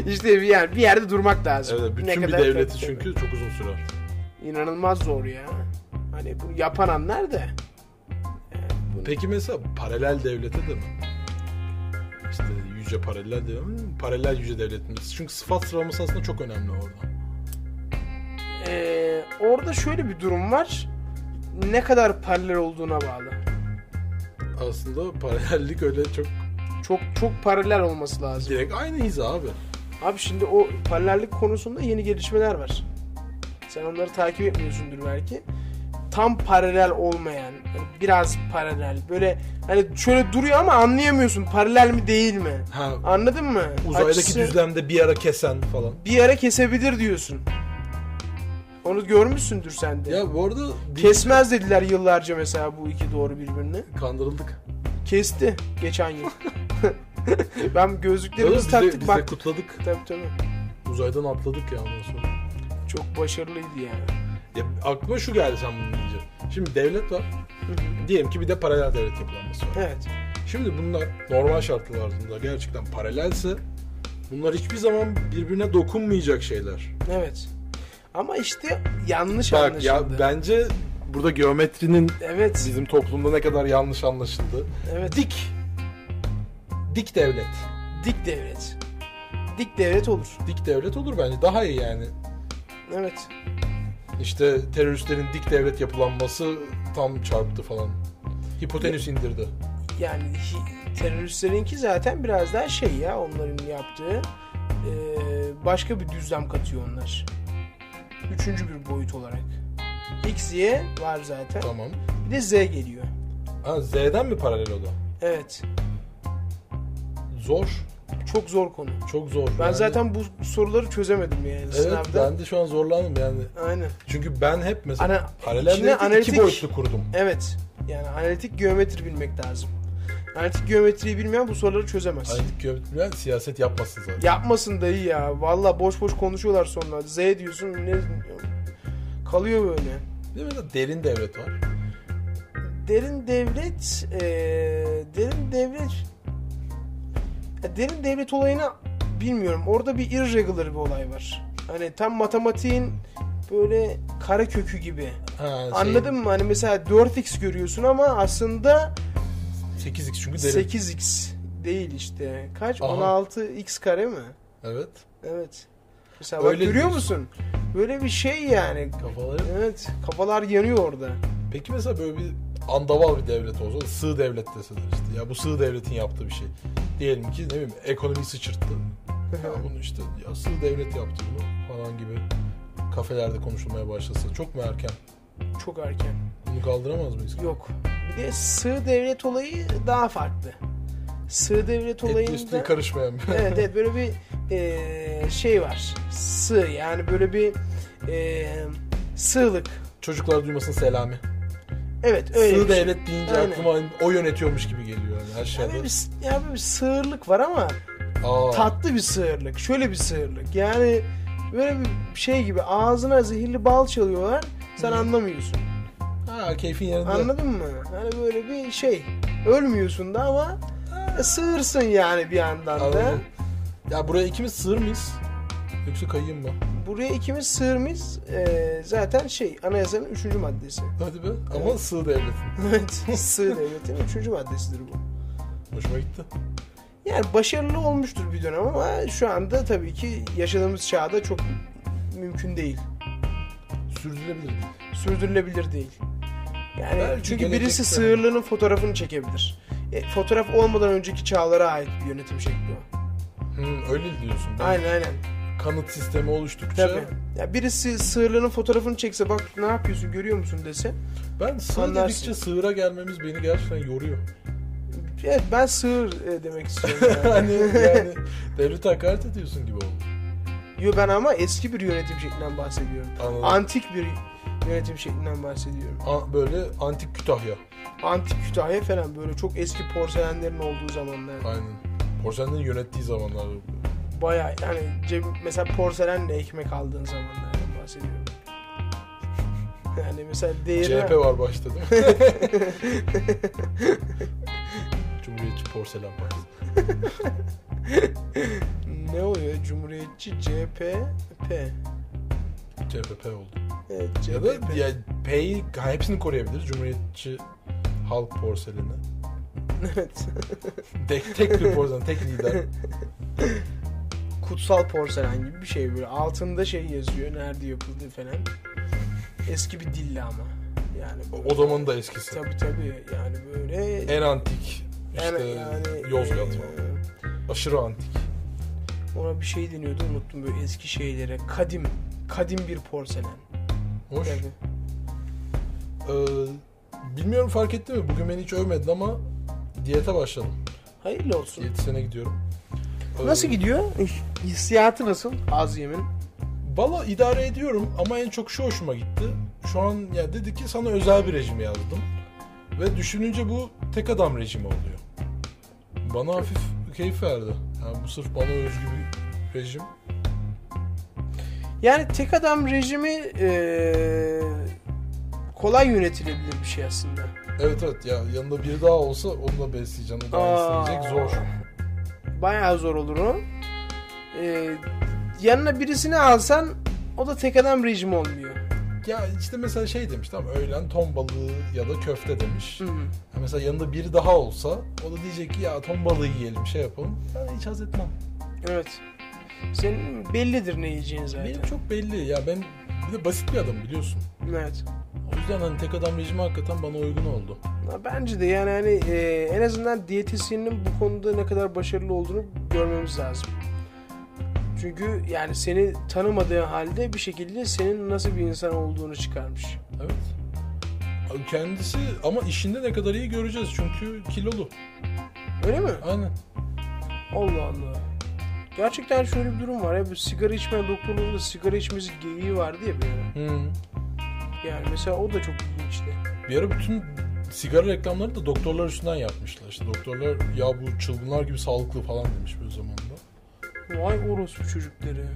Speaker 4: işte bir yer bir yerde durmak lazım.
Speaker 3: evet, bütün
Speaker 4: Ne
Speaker 3: bir
Speaker 4: kadar
Speaker 3: devleti
Speaker 4: çok-
Speaker 3: çünkü çok uzun sürer.
Speaker 4: inanılmaz zor ya. Hani bunu yapan anlar da
Speaker 3: Peki mesela paralel devlete de mi? İşte yüce paralel devlet mi? Paralel yüce devlet mi? Çünkü sıfat sıralaması aslında çok önemli orada.
Speaker 4: Ee, orada şöyle bir durum var. Ne kadar paralel olduğuna bağlı.
Speaker 3: Aslında paralellik öyle çok
Speaker 4: Çok çok paralel olması lazım.
Speaker 3: direkt aynı hiza abi.
Speaker 4: Abi şimdi o paralellik konusunda yeni gelişmeler var. Sen onları takip etmiyorsundur belki. Tam paralel olmayan, hani biraz paralel. Böyle hani şöyle duruyor ama anlayamıyorsun paralel mi değil mi?
Speaker 3: Ha,
Speaker 4: Anladın mı?
Speaker 3: uzaydaki
Speaker 4: Açısı
Speaker 3: düzlemde bir ara kesen falan.
Speaker 4: bir ara kesebilir diyorsun. Onu görmüşsündür sen de.
Speaker 3: Ya bu arada di-
Speaker 4: Kesmez dediler yıllarca mesela bu iki doğru birbirini.
Speaker 3: kandırıldık.
Speaker 4: Kesti geçen yıl. ben
Speaker 3: Tabii
Speaker 4: gözlüklerimizi
Speaker 3: Biz de,
Speaker 4: taktık
Speaker 3: biz de
Speaker 4: bak.
Speaker 3: kutladık.
Speaker 4: Tabii tabii.
Speaker 3: Uzaydan atladık ya ondan sonra.
Speaker 4: Çok başarılıydı yani.
Speaker 3: Ya, aklıma şu geldi sen bunu deyince. Şimdi devlet var.
Speaker 4: Hı hı.
Speaker 3: Diyelim ki bir de paralel devlet yapılanması var.
Speaker 4: evet.
Speaker 3: Şimdi bunlar normal şartlar altında gerçekten paralelse bunlar hiçbir zaman birbirine dokunmayacak şeyler.
Speaker 4: Evet. Ama işte yanlış
Speaker 3: Bak ya
Speaker 4: anlaşıldı.
Speaker 3: bence burada geometrinin
Speaker 4: Evet.
Speaker 3: bizim toplumda ne kadar yanlış anlaşıldı.
Speaker 4: Evet.
Speaker 3: Dik. Dik devlet.
Speaker 4: Dik devlet. Dik devlet olur.
Speaker 3: Dik devlet olur bence daha iyi yani.
Speaker 4: Evet.
Speaker 3: İşte teröristlerin dik devlet yapılanması tam çarptı falan. Hipotenüs indirdi.
Speaker 4: Yani hi- teröristlerinki zaten biraz daha şey ya onların yaptığı eee, başka bir düzlem katıyor onlar. Üçüncü bir boyut olarak. X, Y var zaten.
Speaker 3: Tamam.
Speaker 4: Bir de Z geliyor.
Speaker 3: Ha Z'den mi paralel o da?
Speaker 4: Evet.
Speaker 3: Zor.
Speaker 4: Çok zor konu.
Speaker 3: Çok zor.
Speaker 4: Ben
Speaker 3: yani.
Speaker 4: zaten bu soruları çözemedim yani
Speaker 3: Evet
Speaker 4: sınavda.
Speaker 3: ben de şu an zorlandım yani.
Speaker 4: Aynen.
Speaker 3: Çünkü ben hep mesela
Speaker 4: Ana-
Speaker 3: paralel
Speaker 4: içine
Speaker 3: devleti
Speaker 4: analitik-
Speaker 3: iki boyutlu kurdum.
Speaker 4: Evet. Yani analitik geometri bilmek lazım. Analitik geometriyi bilmeyen bu soruları çözemez.
Speaker 3: Analitik geometri bilen siyaset yapmasın zaten.
Speaker 4: Yapmasın dayı ya. Valla boş boş konuşuyorlar sonra. Z diyorsun ne kalıyor böyle.
Speaker 3: Değil mi? Böyle Derin devlet var.
Speaker 4: Derin devlet eee, derin devlet Ya derin devlet olayına bilmiyorum. Orada bir irregular bir olay var. Hani tam matematiğin böyle kara kökü gibi.
Speaker 3: Ha, şey,
Speaker 4: Anladın mı? Hani mesela 4x görüyorsun ama aslında
Speaker 3: 8x çünkü derin.
Speaker 4: 8x değil işte. Kaç?
Speaker 3: Aha.
Speaker 4: 16x kare mi?
Speaker 3: Evet.
Speaker 4: Evet. Mesela bak
Speaker 3: Öyle
Speaker 4: görüyor
Speaker 3: diyorsun.
Speaker 4: musun? Böyle bir şey yani.
Speaker 3: Kafaları.
Speaker 4: Evet. Kafalar yanıyor orada.
Speaker 3: Peki mesela böyle bir andaval bir devlet olsa sığ devlet deseler işte. Ya bu sığ devletin yaptığı bir şey. Diyelim ki ne bileyim ekonomiyi sıçırttı. ya bunu işte ya sığ devlet yaptı bunu falan gibi kafelerde konuşulmaya başlasa. Çok mu erken?
Speaker 4: Çok erken.
Speaker 3: Bunu kaldıramaz mıyız?
Speaker 4: Yok. Bir de sığ devlet olayı daha farklı. Sığ devlet
Speaker 3: Etli
Speaker 4: olayında...
Speaker 3: üstlü karışmayan bir.
Speaker 4: evet evet böyle bir eee, şey var. Sığ yani böyle bir eee sığlık.
Speaker 3: Çocuklar duymasın selami.
Speaker 4: Evet öyle
Speaker 3: sığ
Speaker 4: bir şey.
Speaker 3: devlet deyince
Speaker 4: Aynen.
Speaker 3: aklıma o yönetiyormuş gibi geliyor yani
Speaker 4: Ya
Speaker 3: aşağıda.
Speaker 4: böyle bir, ya böyle bir sığırlık var ama
Speaker 3: Aa,
Speaker 4: tatlı bir sığırlık. Şöyle bir sığırlık. Yani böyle bir şey gibi ağzına zehirli bal çalıyorlar. Sen anlamıyorsun.
Speaker 3: ha, keyfin yerinde.
Speaker 4: Anladın mı? Hani böyle bir şey. Ölmüyorsun da ama e, sığırsın yani bir yandan da.
Speaker 3: Anladım. Ya buraya ikimiz sığır mıyız? Yoksa kayayım mı?
Speaker 4: Buraya ikimiz sığır mıyız? E, zaten şey anayasanın 3. maddesi.
Speaker 3: Hadi be. Ama sığ devlet.
Speaker 4: Evet. sığır devletin 3. maddesidir bu.
Speaker 3: Hoşuma gitti.
Speaker 4: Yani başarılı olmuştur bir dönem ama şu anda tabii ki yaşadığımız çağda çok mümkün değil.
Speaker 3: Sürdürülebilir değil.
Speaker 4: sürdürülebilir değil. Yani
Speaker 3: Belki
Speaker 4: çünkü birisi
Speaker 3: gelecekte. hani-
Speaker 4: sığırlığının fotoğrafını çekebilir. E, fotoğraf olmadan önceki çağlara ait bir yönetim şekli o.
Speaker 3: Hmm, öyle diyorsun. Ben
Speaker 4: Aynen aynen.
Speaker 3: Kanıt sistemi oluştukça
Speaker 4: Tabii. Ya birisi sığırlığının fotoğrafını çekse bak ne yapıyorsun görüyor musun dese.
Speaker 3: ben sığ
Speaker 4: Anlarsın.
Speaker 3: dedikçe sığıra gelmemiz beni gerçekten yoruyor.
Speaker 4: Evet ben sığır e, demek istiyorum. Yani.
Speaker 3: hani yani devlete hakaret ediyorsun gibi oldu.
Speaker 4: Yo ben ama eski bir yönetim şeklinden bahsediyorum.
Speaker 3: Anladım.
Speaker 4: Antik bir yönetim şeklinden bahsediyorum.
Speaker 3: A- böyle antik Kütahya.
Speaker 4: Antik Kütahya falan böyle çok eski porselenlerin olduğu zamanlar.
Speaker 3: Aynen. Porselenlerin yönettiği zamanlar.
Speaker 4: Baya yani ceb, mesela porselenle ekmek aldığın zamanlardan bahsediyorum. Yani mesela değerine...
Speaker 3: CHP var başta değil mi? Cumhuriyetçi Porselen Partisi.
Speaker 4: Ne oluyor? Cumhuriyetçi CHP P.
Speaker 3: CHP oldu.
Speaker 4: Evet,
Speaker 3: Ya
Speaker 4: CHP.
Speaker 3: da ya, P'yi hepsini koruyabiliriz. Cumhuriyetçi Halk Porseleni.
Speaker 4: Evet.
Speaker 3: Tek, tek bir porselen, tek lider.
Speaker 4: Kutsal porselen gibi bir şey böyle. Altında şey yazıyor. Nerede yapıldı falan. Eski bir dille ama. Yani
Speaker 3: O-
Speaker 4: böyle-
Speaker 3: O zamanın da eskisi.
Speaker 4: Tabii tabii. Yani böyle...
Speaker 3: En antik işte
Speaker 4: Yani- yani,
Speaker 3: Yozgat
Speaker 4: e,
Speaker 3: falan. Aşırı antik.
Speaker 4: Ona bir şey deniyordu unuttum böyle eski şeylere. Kadim. Kadim bir porselen.
Speaker 3: Hoş.
Speaker 4: Tabii.
Speaker 3: Ee, bilmiyorum fark etti mi? Bugün beni hiç övmedin ama diyete başladım.
Speaker 4: Hayırlı olsun.
Speaker 3: Diyetisyene gidiyorum. Ee,
Speaker 4: Nasıl gidiyor? Hissiyatı nasıl? Az yemin.
Speaker 3: Valla idare ediyorum ama en çok şu hoşuma gitti. Şu an ya dedi ki sana özel bir rejim yazdım. Ve düşününce bu tek adam rejimi oluyor. Bana hafif keyif verdi. Yani bu sırf bana özgü bir rejim.
Speaker 4: Yani tek adam rejimi eee, kolay yönetilebilir bir şey aslında.
Speaker 3: Evet evet ya yanında biri daha olsa onu da besleyeceğim. O da aynısını
Speaker 4: Aa.
Speaker 3: yiyecek zor.
Speaker 4: Bayağı zor olur o. Eee, yanına birisini alsan o da tek adam rejimi olmuyor.
Speaker 3: Ya işte mesela şey demiş tamam öğlen ton balığı ya da köfte demiş.
Speaker 4: Hı hı.
Speaker 3: Ha Mesela yanında biri daha olsa o da diyecek ki ya ton balığı yiyelim şey yapalım. Ben hiç haz etmem.
Speaker 4: Evet. Senin bellidir ne yiyeceğin zaten.
Speaker 3: Benim çok belli ya ben bir de basit bir adam biliyorsun.
Speaker 4: Evet.
Speaker 3: O yüzden hani tek adam rejimi hakikaten bana uygun oldu.
Speaker 4: Ya Bence de yani hani eee, en azından diyetisyenin bu konuda ne kadar başarılı olduğunu görmemiz lazım. Çünkü yani seni tanımadığı halde bir şekilde senin nasıl bir insan olduğunu çıkarmış.
Speaker 3: Evet. Abi Kendisi ama işinde ne kadar iyi göreceğiz çünkü kilolu.
Speaker 4: Öyle mi?
Speaker 3: Aynen.
Speaker 4: Allah Allah. Gerçekten şöyle bir durum var ya bu sigara içme doktorluğunda sigara içmesi geyiği vardı ya bir ara.
Speaker 3: Hı.
Speaker 4: Yani mesela o da çok ilginçti.
Speaker 3: Bir ara bütün sigara reklamları da doktorlar üstünden yapmışlar. İşte doktorlar ya bu çılgınlar gibi sağlıklı falan demiş bir zamanda.
Speaker 4: Vay orospu çocukları.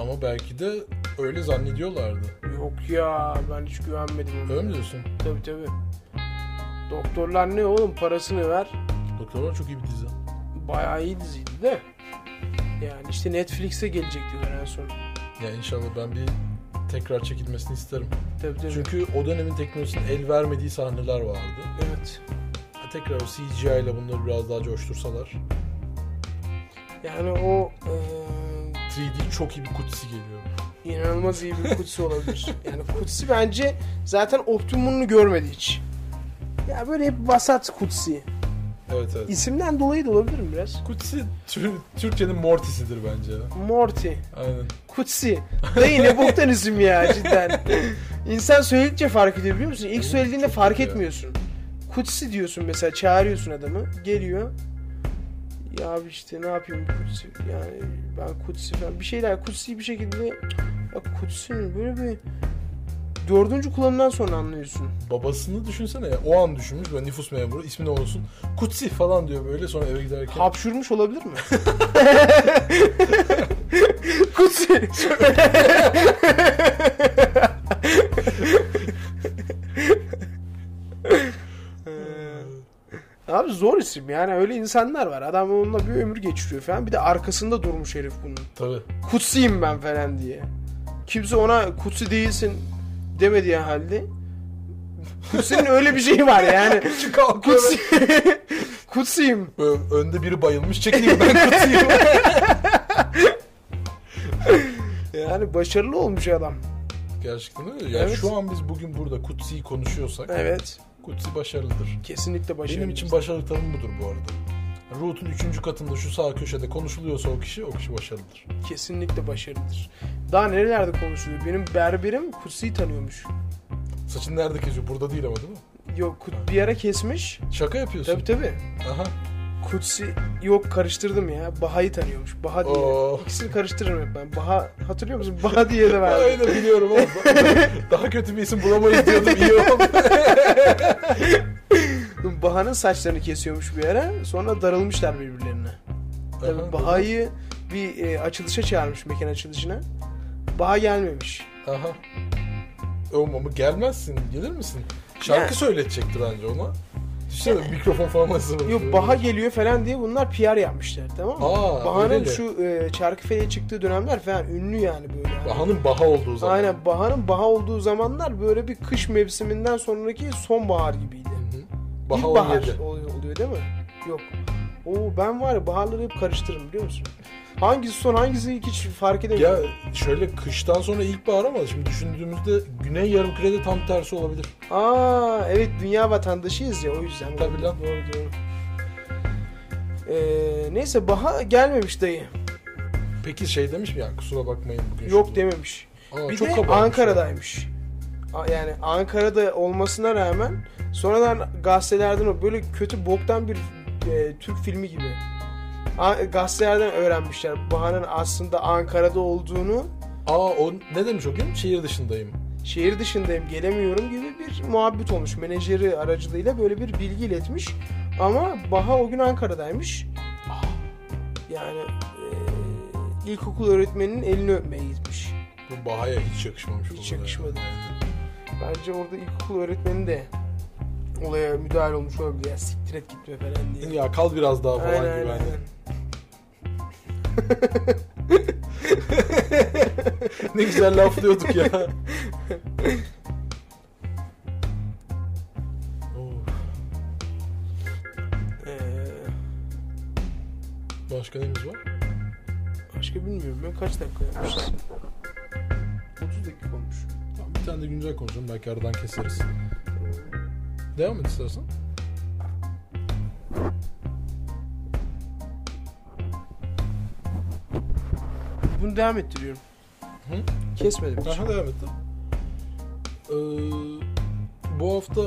Speaker 3: Ama belki de öyle zannediyorlardı.
Speaker 4: Yok ya ben hiç güvenmedim onlara.
Speaker 3: Öyle mi diyorsun?
Speaker 4: Tabii tabii. Doktorlar ne oğlum parasını ver.
Speaker 3: Doktorlar çok iyi bir dizi.
Speaker 4: Bayağı iyi diziydi de. Yani işte Netflix'e gelecek diyorlar en son.
Speaker 3: Ya inşallah ben bir tekrar çekilmesini isterim.
Speaker 4: Tabii tabii.
Speaker 3: Çünkü o dönemin teknolojisinin el vermediği sahneler vardı.
Speaker 4: Evet.
Speaker 3: Ha, Tekrar o CGI ile bunları biraz daha coştursalar.
Speaker 4: Yani o eee,
Speaker 3: 3D çok iyi bir kutsi geliyor.
Speaker 4: inanılmaz iyi bir kutsi olabilir. Yani kutsi bence zaten optimumunu görmedi hiç. Ya böyle hep vasat kutsi.
Speaker 3: Evet evet.
Speaker 4: İsimden dolayı da olabilir mi biraz?
Speaker 3: Kutsi Tür- Türkçenin Mortis'idir bence.
Speaker 4: Morty.
Speaker 3: Aynen.
Speaker 4: Kutsi. Dayı ne boktan isim ya cidden. İnsan söyledikçe fark ediyor biliyor musun? İlk
Speaker 3: Oğlum,
Speaker 4: söylediğinde
Speaker 3: çok
Speaker 4: fark
Speaker 3: iyi ya.
Speaker 4: etmiyorsun. Kutsi diyorsun mesela çağırıyorsun adamı. Geliyor. Ya abi işte ne yapayım Kutsi. Yani ben Kutsi falan bir şeyler Kutsi bir şekilde ya Kutsi mi? böyle bir dördüncü kullanımdan sonra anlıyorsun.
Speaker 3: Babasını düşünsene ya. O an düşünmüş ve nüfus memuru ismi ne olsun? Kutsi falan diyor böyle sonra eve giderken.
Speaker 4: Hapşurmuş olabilir mi? Kutsi. Ee, Abi zor isim yani öyle insanlar var. Adam onunla bir ömür geçiriyor falan. Bir de arkasında durmuş herif bunun.
Speaker 3: Tabii.
Speaker 4: Kutsiyim ben falan diye. Kimse ona kutsi değilsin demediği halde. Kutsi'nin öyle bir şeyi var yani.
Speaker 3: Kalkıyor
Speaker 4: Kutsi. Kutsiyim.
Speaker 3: Böyle önde biri bayılmış çekiliyor ben kutsiyim.
Speaker 4: Yani başarılı olmuş adam.
Speaker 3: Gerçekten öyle. Yani
Speaker 4: Evet.
Speaker 3: şu an biz bugün burada kutsiyi konuşuyorsak
Speaker 4: Evet.
Speaker 3: kutsi başarılıdır.
Speaker 4: Kesinlikle başarılı.
Speaker 3: Benim için başarılı tanım budur bu arada. Root'un üçüncü katında şu sağ köşede konuşuluyorsa o kişi o kişi başarılıdır.
Speaker 4: kesinlikle başarılıdır. Daha nerelerde konuşuluyor? Benim berberim Kutsi'yi tanıyormuş.
Speaker 3: Saçın nerede kesiyor? Burada değil ama değil mi?
Speaker 4: Yok Kut- bir ara kesmiş.
Speaker 3: Şaka yapıyorsun.
Speaker 4: Tabii tabii.
Speaker 3: Aha.
Speaker 4: Kutsi yok karıştırdım ya. Baha'yı tanıyormuş. Baha diye.
Speaker 3: Oo.
Speaker 4: İkisini karıştırırım hep ben. Baha hatırlıyor musun? Baha diye de
Speaker 3: Ben
Speaker 4: vardı.
Speaker 3: öyle biliyorum ama daha kötü bir isim bulamayız diyordum iyi oldu.
Speaker 4: Baha'nın saçlarını kesiyormuş bir ara. Sonra darılmışlar birbirlerine.
Speaker 3: Aha,
Speaker 4: Tabii Baha'yı bir e, açılışa çağırmış mekan açılışına. Baha gelmemiş.
Speaker 3: Aha. Oğlum ama gelmezsin. Gelir misin? Şarkı
Speaker 4: Yani.
Speaker 3: söyletecektir anca ona. Düşünsene mikrofon falan hazırlamış.
Speaker 4: Yok Baha geliyor falan diye bunlar PR yapmışlar tamam mı?
Speaker 3: Aa,
Speaker 4: Baha'nın
Speaker 3: öyle.
Speaker 4: şu e, Çarkıfele'ye çıktığı dönemler falan ünlü yani böyle. yani.
Speaker 3: Baha'nın Baha olduğu zaman.
Speaker 4: Aynen Baha'nın Baha olduğu zamanlar böyle bir kış mevsiminden sonraki sonbahar gibiydi.
Speaker 3: Hı.
Speaker 4: İlk
Speaker 3: Baha
Speaker 4: bahar
Speaker 3: 17.
Speaker 4: oluyor, oluyor değil mi? Yok. Oo ben var ya baharları hep karıştırırım biliyor musun? Hangisi son hangisi ilk hiç fark
Speaker 3: Ya
Speaker 4: edemiyorum.
Speaker 3: şöyle kıştan sonra ilkbahar ama şimdi düşündüğümüzde güney yarımkürede tam tersi olabilir.
Speaker 4: Aa evet dünya vatandaşıyız ya o yüzden.
Speaker 3: Tabii lan.
Speaker 4: Doğru doğru. Ee, neyse Baha gelmemiş dayı.
Speaker 3: Peki şey demiş mi ya kusura bakmayın bugün.
Speaker 4: Yok
Speaker 3: demiş.
Speaker 4: dememiş.
Speaker 3: Aa,
Speaker 4: Bir
Speaker 3: çok
Speaker 4: de
Speaker 3: kapanmış.
Speaker 4: Ankara'daymış. A- Yani Ankara'da olmasına rağmen sonradan gazetelerden o böyle kötü boktan bir e, Türk filmi gibi. A- gazetelerden öğrenmişler Bahar'ın aslında Ankara'da olduğunu
Speaker 3: Aa o ne demiş o gün? Şehir dışındayım.
Speaker 4: şehir dışındayım gelemiyorum gibi bir muhabbet olmuş. Menajeri aracılığıyla böyle bir bilgi iletmiş. Ama Baha o gün Ankara'daymış. Yani e, ilkokul öğretmeninin elini öpmeye gitmiş.
Speaker 3: Bu Baha'ya hiç yakışmamış. bu
Speaker 4: Hiç
Speaker 3: olay.
Speaker 4: yakışmadı. Bence orada ilkokul öğretmeni de olaya müdahale olmuş olabilir. Ya siktir et gitme falan diye.
Speaker 3: Ya kal biraz daha falan gibi. hani. ne güzel laflıyorduk ya. Oo,
Speaker 4: Ee,
Speaker 3: Başka neyimiz var?
Speaker 4: başka bilmiyorum ben kaç dakika yapmışlar. 30 dakika olmuş.
Speaker 3: Tamam, bir tane de güncel konuşalım. Belki aradan keseriz. Devam et istersen.
Speaker 4: Bunu devam ettiriyorum.
Speaker 3: Hı?
Speaker 4: Kesmedim. hiç.
Speaker 3: Aha devam ettim. Ee, bu hafta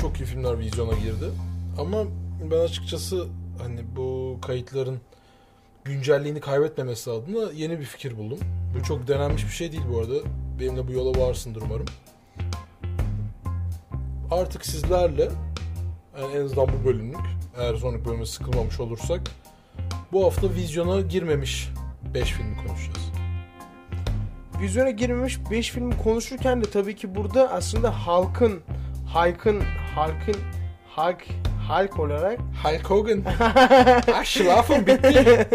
Speaker 3: çok iyi filmler vizyona girdi. Ama ben açıkçası hani bu kayıtların güncelliğini kaybetmemesi adına yeni bir fikir buldum. Bu çok denenmiş bir şey değil bu arada. Benimle bu yola varsındır umarım. Artık sizlerle yani en azından bu bölümlük eğer sonraki bölüme sıkılmamış olursak bu hafta vizyona girmemiş 5 filmi konuşacağız.
Speaker 4: Vizyona girmemiş 5 filmi konuşurken de tabii ki burada aslında halkın, halkın, halkın, halk, halk olarak
Speaker 3: Hulk Hogan. Aş lafım bitti.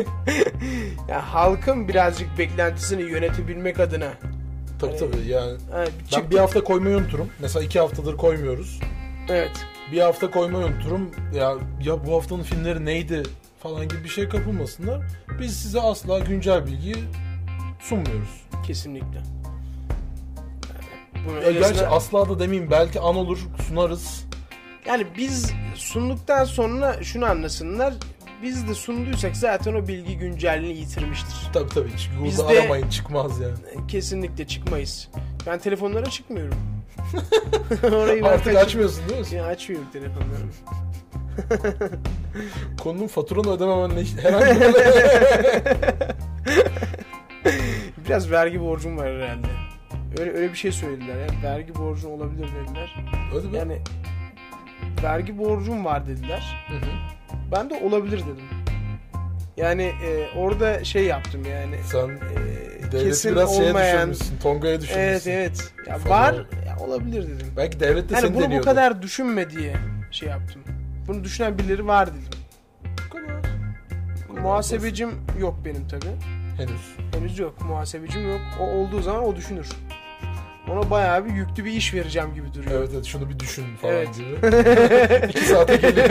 Speaker 4: ya halkın birazcık beklentisini yönetebilmek adına
Speaker 3: tabii tabii yani.
Speaker 4: Evet,
Speaker 3: Ben bir hafta koymayı unuturum. Mesela iki haftadır koymuyoruz.
Speaker 4: Evet.
Speaker 3: Bir hafta koymayı unuturum. Ya, ya bu haftanın filmleri neydi falan gibi bir şey kapılmasınlar. Biz size asla güncel bilgi sunmuyoruz.
Speaker 4: Kesinlikle. Bunu
Speaker 3: Ya
Speaker 4: en
Speaker 3: gerçi
Speaker 4: azından-
Speaker 3: asla da demeyeyim belki an olur sunarız.
Speaker 4: yani biz sunduktan sonra şunu anlasınlar. Biz de sunduysak zaten o bilgi güncelliğini yitirmiştir.
Speaker 3: Tabii tabii hiç
Speaker 4: Biz
Speaker 3: Google'da
Speaker 4: de-
Speaker 3: aramayın çıkmaz yani.
Speaker 4: Kesinlikle çıkmayız. Ben telefonlara çıkmıyorum. Orayı ben
Speaker 3: Artık
Speaker 4: kaçır-
Speaker 3: açmıyorsun değil mi?
Speaker 4: Ya açmıyorum telefonları.
Speaker 3: Konunun faturanı ödememenle hiç- herhangi bir
Speaker 4: Biraz vergi borcum var herhalde. Öyle öyle bir şey söylediler ya. Vergi borcun olabilir dediler.
Speaker 3: Öde be.
Speaker 4: Yani vergi borcum var dediler.
Speaker 3: Hı hı.
Speaker 4: Ben de olabilir dedim. Yani e, orada şey yaptım yani.
Speaker 3: Sen
Speaker 4: E,
Speaker 3: devleti
Speaker 4: kesin
Speaker 3: biraz şeye
Speaker 4: olmayan.
Speaker 3: düşürmüşsün. Tonga'ya
Speaker 4: Evet
Speaker 3: düşürmüşsün.
Speaker 4: evet. Ya
Speaker 3: Falan
Speaker 4: var
Speaker 3: oldu.
Speaker 4: ya olabilir dedim.
Speaker 3: Belki devlet de
Speaker 4: Yani
Speaker 3: seni
Speaker 4: bunu bu
Speaker 3: deniyordu.
Speaker 4: kadar düşünme diye şey yaptım. Bunu düşünen birileri var dedim.
Speaker 3: Bu kadar.
Speaker 4: Muhasebecim yok benim tabi.
Speaker 3: Henüz.
Speaker 4: Henüz yok. Muhasebecim yok. O olduğu zaman o düşünür. Ona bayağı bir yüklü bir iş vereceğim gibi duruyor.
Speaker 3: Evet evet şunu bir düşün falan
Speaker 4: Evet.
Speaker 3: gibi. İki saate geliyor.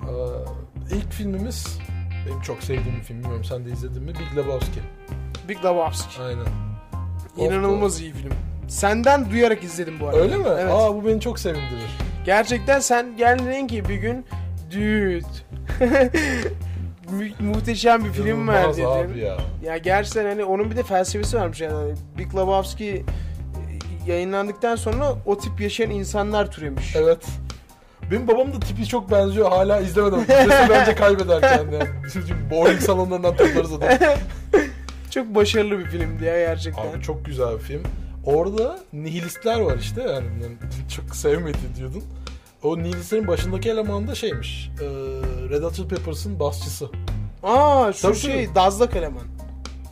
Speaker 3: Aa, ilk filmimiz benim çok sevdiğim bir film bilmiyorum sen de izledin mi? Big Lebowski.
Speaker 4: Big Lebowski.
Speaker 3: Aynen.
Speaker 4: İnanılmaz iyi film. Senden duyarak izledim bu arada.
Speaker 3: Öyle mi?
Speaker 4: Evet.
Speaker 3: Aa bu beni çok sevindirir.
Speaker 4: Gerçekten sen geldin ki bir gün düt. Mü- muhteşem bir film var
Speaker 3: İnanılmaz
Speaker 4: dedim.
Speaker 3: abi ya.
Speaker 4: Ya gerçekten hani onun bir de felsefesi varmış yani. Hani Big Lebowski e, yayınlandıktan sonra o tip yaşayan insanlar türemiş.
Speaker 3: Evet. Benim babam da tipi çok benziyor. Hala izlemedim. İzlese bence kaybeder kendini. Yani. Çünkü bowling salonlarından toplarız adamı.
Speaker 4: Çok başarılı bir filmdi ya gerçekten.
Speaker 3: Abi çok güzel bir film. Orada nihilistler var işte yani bunların çok sevmedi diyordun. O nihilistlerin başındaki eleman da şeymiş. e, Red Hot Chili Peppers'ın basçısı.
Speaker 4: Aa şu
Speaker 3: Tabii
Speaker 4: şey
Speaker 3: tabii.
Speaker 4: Dazlak Eleman.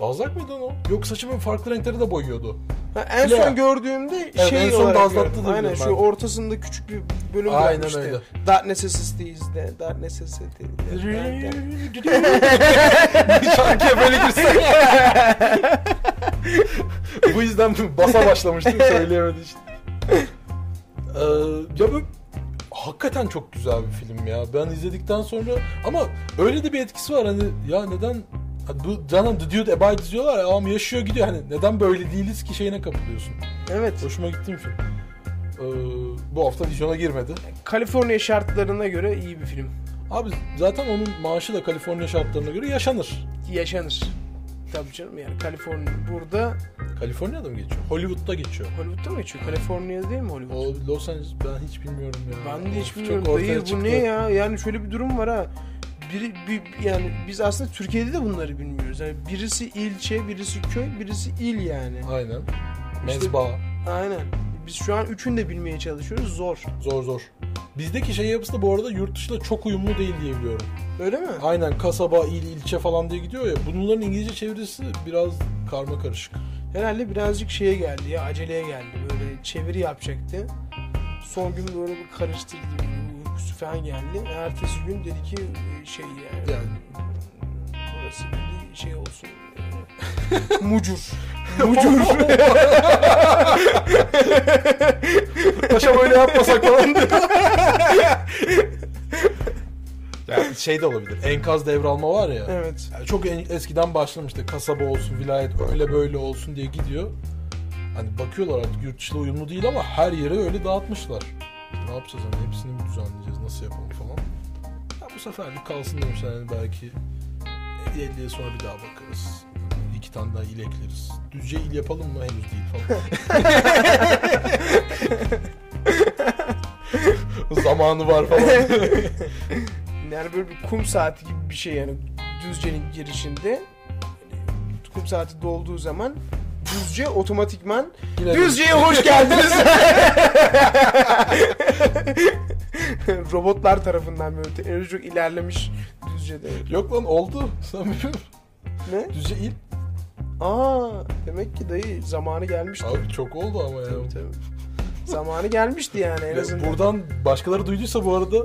Speaker 3: Dazlak mıydı lan o? Yok saçımın farklı renkleri de boyuyordu.
Speaker 4: Ha, en
Speaker 3: Ya.
Speaker 4: son gördüğümde
Speaker 3: Evet,
Speaker 4: şey
Speaker 3: en son
Speaker 4: olarak
Speaker 3: Dazlak'ta
Speaker 4: gördüm.
Speaker 3: da
Speaker 4: Aynen
Speaker 3: biliyorum
Speaker 4: şu
Speaker 3: ben.
Speaker 4: ortasında küçük bir bölüm
Speaker 3: Aynen
Speaker 4: bırakmıştı.
Speaker 3: öyle.
Speaker 4: Dark Necessities'de. Dark Necessities'de.
Speaker 3: Şarkıya böyle girsek. Bu yüzden basa başlamıştım söyleyemedi işte. Ee, ya bu hakikaten çok güzel bir film ya. Ben izledikten sonra ama öyle de bir etkisi var hani ya neden ha, du- Canan The Dude Abides diyorlar ya ama yaşıyor gidiyor hani neden böyle değiliz ki şeyine kapılıyorsun.
Speaker 4: evet.
Speaker 3: Hoşuma gitti mi film? Ee, bu hafta vizyona girmedi.
Speaker 4: Kaliforniya şartlarına göre iyi bir film.
Speaker 3: Abi zaten onun maaşı da Kaliforniya şartlarına göre yaşanır.
Speaker 4: Yaşanır. Tabii canım yani Kaliforniya burada
Speaker 3: Kaliforniya'da mı geçiyor? Hollywood'da geçiyor.
Speaker 4: Hollywood'da mı geçiyor? Kaliforniya'da değil mi Hollywood?
Speaker 3: O Los Angeles ben hiç bilmiyorum ya.
Speaker 4: Ben de
Speaker 3: Of,
Speaker 4: hiç
Speaker 3: çok
Speaker 4: bilmiyorum
Speaker 3: ortaya
Speaker 4: dayı bu
Speaker 3: çıktı.
Speaker 4: ne ya? Yani şöyle bir durum var ha. Biri, bir, yani biz aslında Türkiye'de de bunları bilmiyoruz. Yani birisi ilçe, birisi köy, birisi il yani.
Speaker 3: Aynen. Mezba.
Speaker 4: Aynen. Biz şu an üçünü de bilmeye çalışıyoruz. Zor.
Speaker 3: Zor zor. Bizdeki şey yapısı da bu arada yurt dışında çok uyumlu değil diye biliyorum.
Speaker 4: Öyle mi?
Speaker 3: Aynen kasaba, il, ilçe falan diye gidiyor ya. Bunların İngilizce çevirisi biraz karma karışık.
Speaker 4: Herhalde birazcık şeye geldi ya, aceleye geldi. Böyle çeviri yapacaktı. Son gün böyle bir karıştırdı. bir Uykusu falan geldi. Ertesi gün dedi ki şey yani.
Speaker 3: Yani
Speaker 4: Burası dedi şey olsun. Mucur. Mucur.
Speaker 6: Paşa böyle yapmasak falan.
Speaker 3: Yani şey de olabilir. Enkaz devralma var ya.
Speaker 4: evet.
Speaker 3: Yani çok en- eskiden başlamıştı. Kasaba olsun, vilayet öyle böyle olsun diye gidiyor. Hani bakıyorlar artık yurt dışıyla uyumlu değil ama her yere öyle dağıtmışlar. Ne yapacağız hani hepsini mi düzenleyeceğiz, nasıl yapalım falan. Ya bu seferlik kalsın demişler yani belki 50 yıl sonra bir daha bakarız. İki tane daha il ekleriz. Düzce il yapalım mı? Henüz değil falan. Zamanı var falan.
Speaker 4: Yani böyle bir kum saati gibi bir şey yani Düzce'nin girişinde Hani kum saati dolduğu zaman Düzce otomatikman
Speaker 3: Yine de-
Speaker 4: Düzce'ye hoş geldiniz. Robotlar tarafından böyle teknoloji çok ilerlemiş Düzce'de.
Speaker 3: Yok lan oldu. Sen biliyor musun?
Speaker 4: Ne?
Speaker 3: Düzce il.
Speaker 4: Aa demek ki dayı zamanı gelmişti.
Speaker 3: Abi çok oldu ama ya.
Speaker 4: Tabii, tabii. zamanı gelmişti yani en
Speaker 3: Ya
Speaker 4: azından.
Speaker 3: Buradan başkaları duyduysa bu arada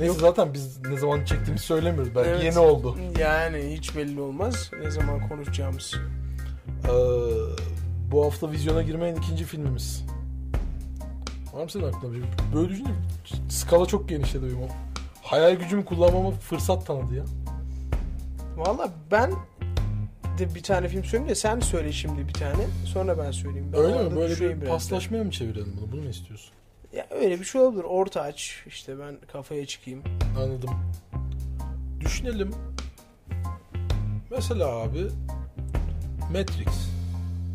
Speaker 3: neyse zaten biz ne zaman çektiğimizi söylemiyoruz. Belki
Speaker 4: Evet.
Speaker 3: yeni oldu.
Speaker 4: Yani hiç belli olmaz ne zaman konuşacağımız.
Speaker 3: Ee, bu hafta vizyona girmeyen ikinci filmimiz. Var mı senin aklında bir şey? Böyle düşünce skala çok genişledi benim o. Hayal gücümü kullanmama fırsat tanıdı ya.
Speaker 4: Valla ben de bir tane film söyleyeyim de sen söyle şimdi bir tane. Sonra ben söyleyeyim. Ben
Speaker 3: Öyle
Speaker 4: arada
Speaker 3: mi? Böyle
Speaker 4: düşüneyim
Speaker 3: bir
Speaker 4: biraz da.
Speaker 3: paslaşmaya mı çevirelim bunu? Bunu mu istiyorsun?
Speaker 4: Ya öyle bir şey olabilir. Orta aç. İşte ben kafaya çıkayım.
Speaker 3: Anladım. Düşünelim. Mesela abi Matrix.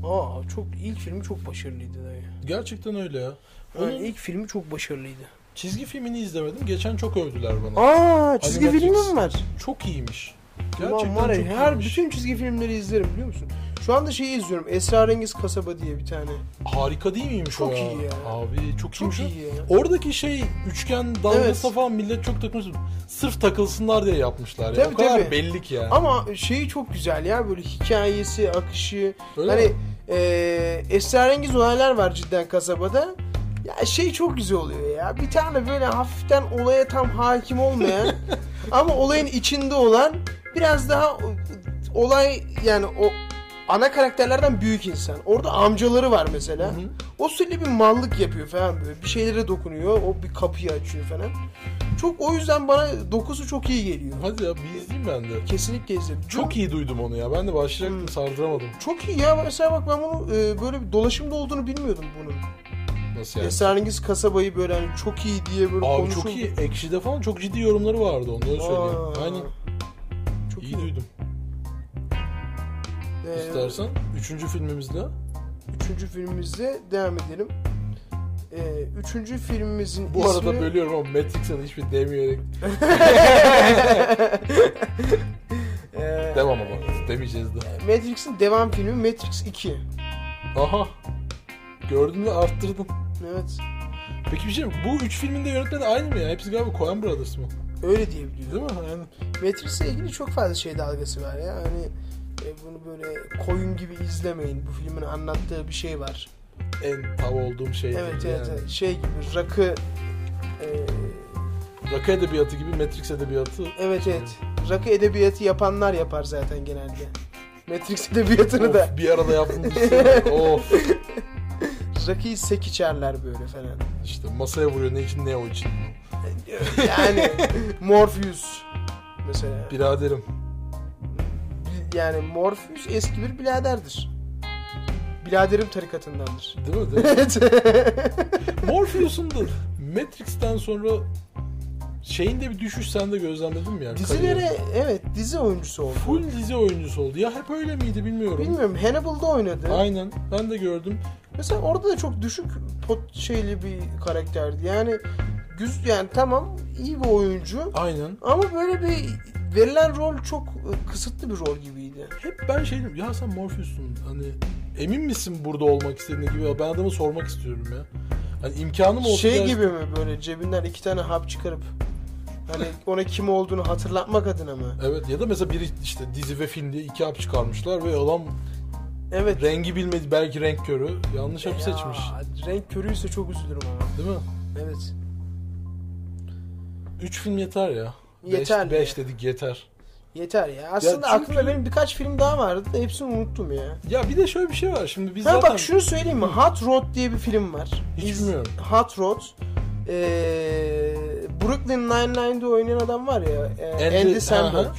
Speaker 4: Aa çok ilk filmi çok başarılıydı dayı.
Speaker 3: Gerçekten öyle ya.
Speaker 4: Onun
Speaker 3: Onun
Speaker 4: ilk filmi çok başarılıydı.
Speaker 3: çizgi filmini izlemedim. Geçen çok övdüler bana.
Speaker 4: Aa çizgi
Speaker 3: Animatrix.
Speaker 4: filmi mi var?
Speaker 3: Çok iyiymiş.
Speaker 4: Ulan
Speaker 3: Gerçekten
Speaker 4: var ya
Speaker 3: çok
Speaker 4: her
Speaker 3: iyiymiş.
Speaker 4: bütün çizgi filmleri izlerim biliyor musun? Şu anda şeyi izliyorum. Esrarengiz Kasaba diye bir tane.
Speaker 3: Harika değil miymiş
Speaker 4: Çok
Speaker 3: o
Speaker 4: iyi ya.
Speaker 3: Abi çok,
Speaker 4: Çok
Speaker 3: iyiymiş.
Speaker 4: iyi ya.
Speaker 3: Oradaki şey üçgen dalgası
Speaker 4: Evet.
Speaker 3: falan millet çok takmış. Sırf takılsınlar diye yapmışlar ya.
Speaker 4: Tabii,
Speaker 3: o kadar
Speaker 4: tabii.
Speaker 3: belli ki yani.
Speaker 4: Ama şeyi çok güzel ya böyle hikayesi, akışı.
Speaker 3: Öyle
Speaker 4: hani
Speaker 3: mi?
Speaker 4: e, esrarengiz olaylar var cidden kasabada. Ya şey çok güzel oluyor ya. Bir tane böyle hafiften olaya tam hakim olmayan ama olayın içinde olan biraz daha o- olay yani o ana karakterlerden büyük insan. Orada amcaları var mesela. O sürekli bir mallık yapıyor falan böyle. Bir şeylere dokunuyor. O bir kapıyı açıyor falan. Çok o yüzden bana dokusu çok iyi geliyor.
Speaker 3: Hadi ya bir izleyeyim ben de.
Speaker 4: Kesinlikle izledim.
Speaker 3: Çok iyi duydum onu ya. Ben de başlayacaktım
Speaker 4: Hmm.
Speaker 3: sardıramadım.
Speaker 4: Çok iyi ya mesela bak ben bunu e, böyle bir dolaşımda olduğunu bilmiyordum bunun.
Speaker 3: Nasıl yani?
Speaker 4: Esrarengiz kasabayı böyle hani çok iyi diye böyle
Speaker 3: Abi
Speaker 4: konuşuldu.
Speaker 3: çok iyi. Ekşi'de falan çok ciddi yorumları vardı. Onları söyleyeyim.
Speaker 4: Aa,
Speaker 3: Aynen.
Speaker 4: Çok
Speaker 3: iyi,
Speaker 4: iyi.
Speaker 3: duydum.
Speaker 4: Ee,
Speaker 3: İstersen üçüncü filmimizde
Speaker 4: Üçüncü filmimizde devam edelim. Ee, üçüncü filmimizin
Speaker 3: bu
Speaker 4: ismi...
Speaker 3: arada bölüyorum ama Matrix'e de hiçbir demeyerek
Speaker 4: Ee,
Speaker 3: devam ama demeyeceğiz de.
Speaker 4: Matrix'in devam filmi Matrix 2.
Speaker 3: Aha. Gördün ve arttırdın.
Speaker 4: Evet.
Speaker 3: Peki bir şey mi? Bu üç filmin de yönetmeni aynı mı ya? Hepsi galiba Coen Brothers mı?
Speaker 4: Öyle diyebiliyorum.
Speaker 3: Değil mi? Yani
Speaker 4: Matrix'le ilgili çok fazla şey dalgası var ya. Hani e, bunu böyle koyun gibi izlemeyin. Bu filmin anlattığı bir şey var.
Speaker 3: en tav olduğum şey.
Speaker 4: Evet
Speaker 3: yani.
Speaker 4: evet, evet. şey gibi rakı e,
Speaker 3: Rock edebiyatı gibi Matrix edebiyatı.
Speaker 4: evet evet rakı edebiyatı yapanlar yapar zaten genelde. Matrix edebiyatını
Speaker 3: Of,
Speaker 4: da
Speaker 3: bir arada yaptığını düşünsene. of.
Speaker 4: rakıyı sek içerler böyle falan.
Speaker 3: İşte masaya vuruyor ne için ne o için.
Speaker 4: Yani Morpheus mesela.
Speaker 3: Biraderim.
Speaker 4: Yani Morpheus eski bir biladerdir. Biladerim tarikatındandır.
Speaker 3: Değil mi? Değil mi?
Speaker 4: Evet.
Speaker 3: Morpheus'un da Matrix'ten sonra Şeyin de bir düşüş sende gözlemledin mi yani? kariyerinde?
Speaker 4: Dizilere evet dizi oyuncusu oldu.
Speaker 3: Full dizi oyuncusu oldu. Ya hep öyle miydi bilmiyorum.
Speaker 4: Bilmiyorum Hannibal'da oynadı.
Speaker 3: Aynen. Ben de gördüm.
Speaker 4: Mesela orada da çok düşük pot şeyli bir karakterdi. Yani güz yani tamam iyi bir oyuncu
Speaker 3: Aynen.
Speaker 4: ama böyle bir verilen rol çok e, kısıtlı bir rol gibiydi.
Speaker 3: Hep ben şey diyorum. Ya sen Morpheus'sun. Hani emin misin burada olmak istediğine gibi? Ya Ben adamı sormak istiyorum ya. Hani imkanım olsa
Speaker 4: Şey
Speaker 3: gerçi-
Speaker 4: gibi mi böyle cebinden iki tane hap çıkarıp hani ona kim olduğunu hatırlatmak adına mı?
Speaker 3: Evet ya da mesela biri işte dizi ve film diye iki hap çıkarmışlar ve adam
Speaker 4: Evet.
Speaker 3: rengi bilmedi belki renk körü yanlış hap seçmiş
Speaker 4: Ya, renk körüyse çok üzülürüm ama.
Speaker 3: değil mi?
Speaker 4: Evet.
Speaker 3: Üç film yeter ya.
Speaker 4: Yeter
Speaker 3: Beş, beş
Speaker 4: ya.
Speaker 3: dedik yeter.
Speaker 4: Yeter ya. Aslında
Speaker 3: çünkü-
Speaker 4: aklımda benim birkaç film daha vardı da hepsini unuttum ya.
Speaker 3: Ya bir de şöyle bir şey var şimdi biz
Speaker 4: Ha
Speaker 3: zaten
Speaker 4: bak şunu söyleyeyim mi? Hot Rod diye bir film var.
Speaker 3: Hiç
Speaker 4: İz-
Speaker 3: bilmiyorum.
Speaker 4: Hot Rod. Ee, Brooklyn Nine-Nine'de oynayan adam var ya. E,
Speaker 3: Andy-
Speaker 4: Andy, Samberg.
Speaker 3: Aha.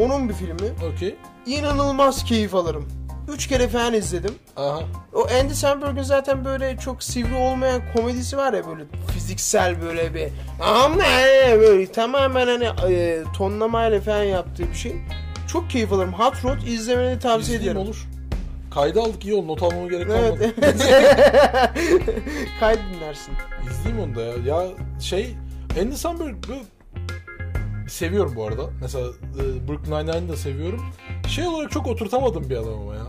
Speaker 4: Onun bir filmi.
Speaker 3: Okey.
Speaker 4: İnanılmaz keyif alırım. Üç kere falan izledim.
Speaker 3: Aha.
Speaker 4: O Andy Samberg'in zaten böyle çok sivri olmayan komedisi var ya böyle fiziksel böyle bir ama ee böyle tamamen hani e, tonlamayla falan yaptığı bir şey. Çok keyif alırım. Hot Rod izlemeni tavsiye
Speaker 3: İzleyeyim
Speaker 4: ederim.
Speaker 3: olur. Kayda aldık iyi oldu. Not almama gerek kalmadı.
Speaker 4: Evet. Kaydı dinlersin.
Speaker 3: İzleyeyim onu da ya. Ya şey Andy Samberg'ı seviyorum bu arada. Mesela e, Brooklyn Nine-Nine'ı da seviyorum. Şey olarak çok oturtamadım bir adam ama ya.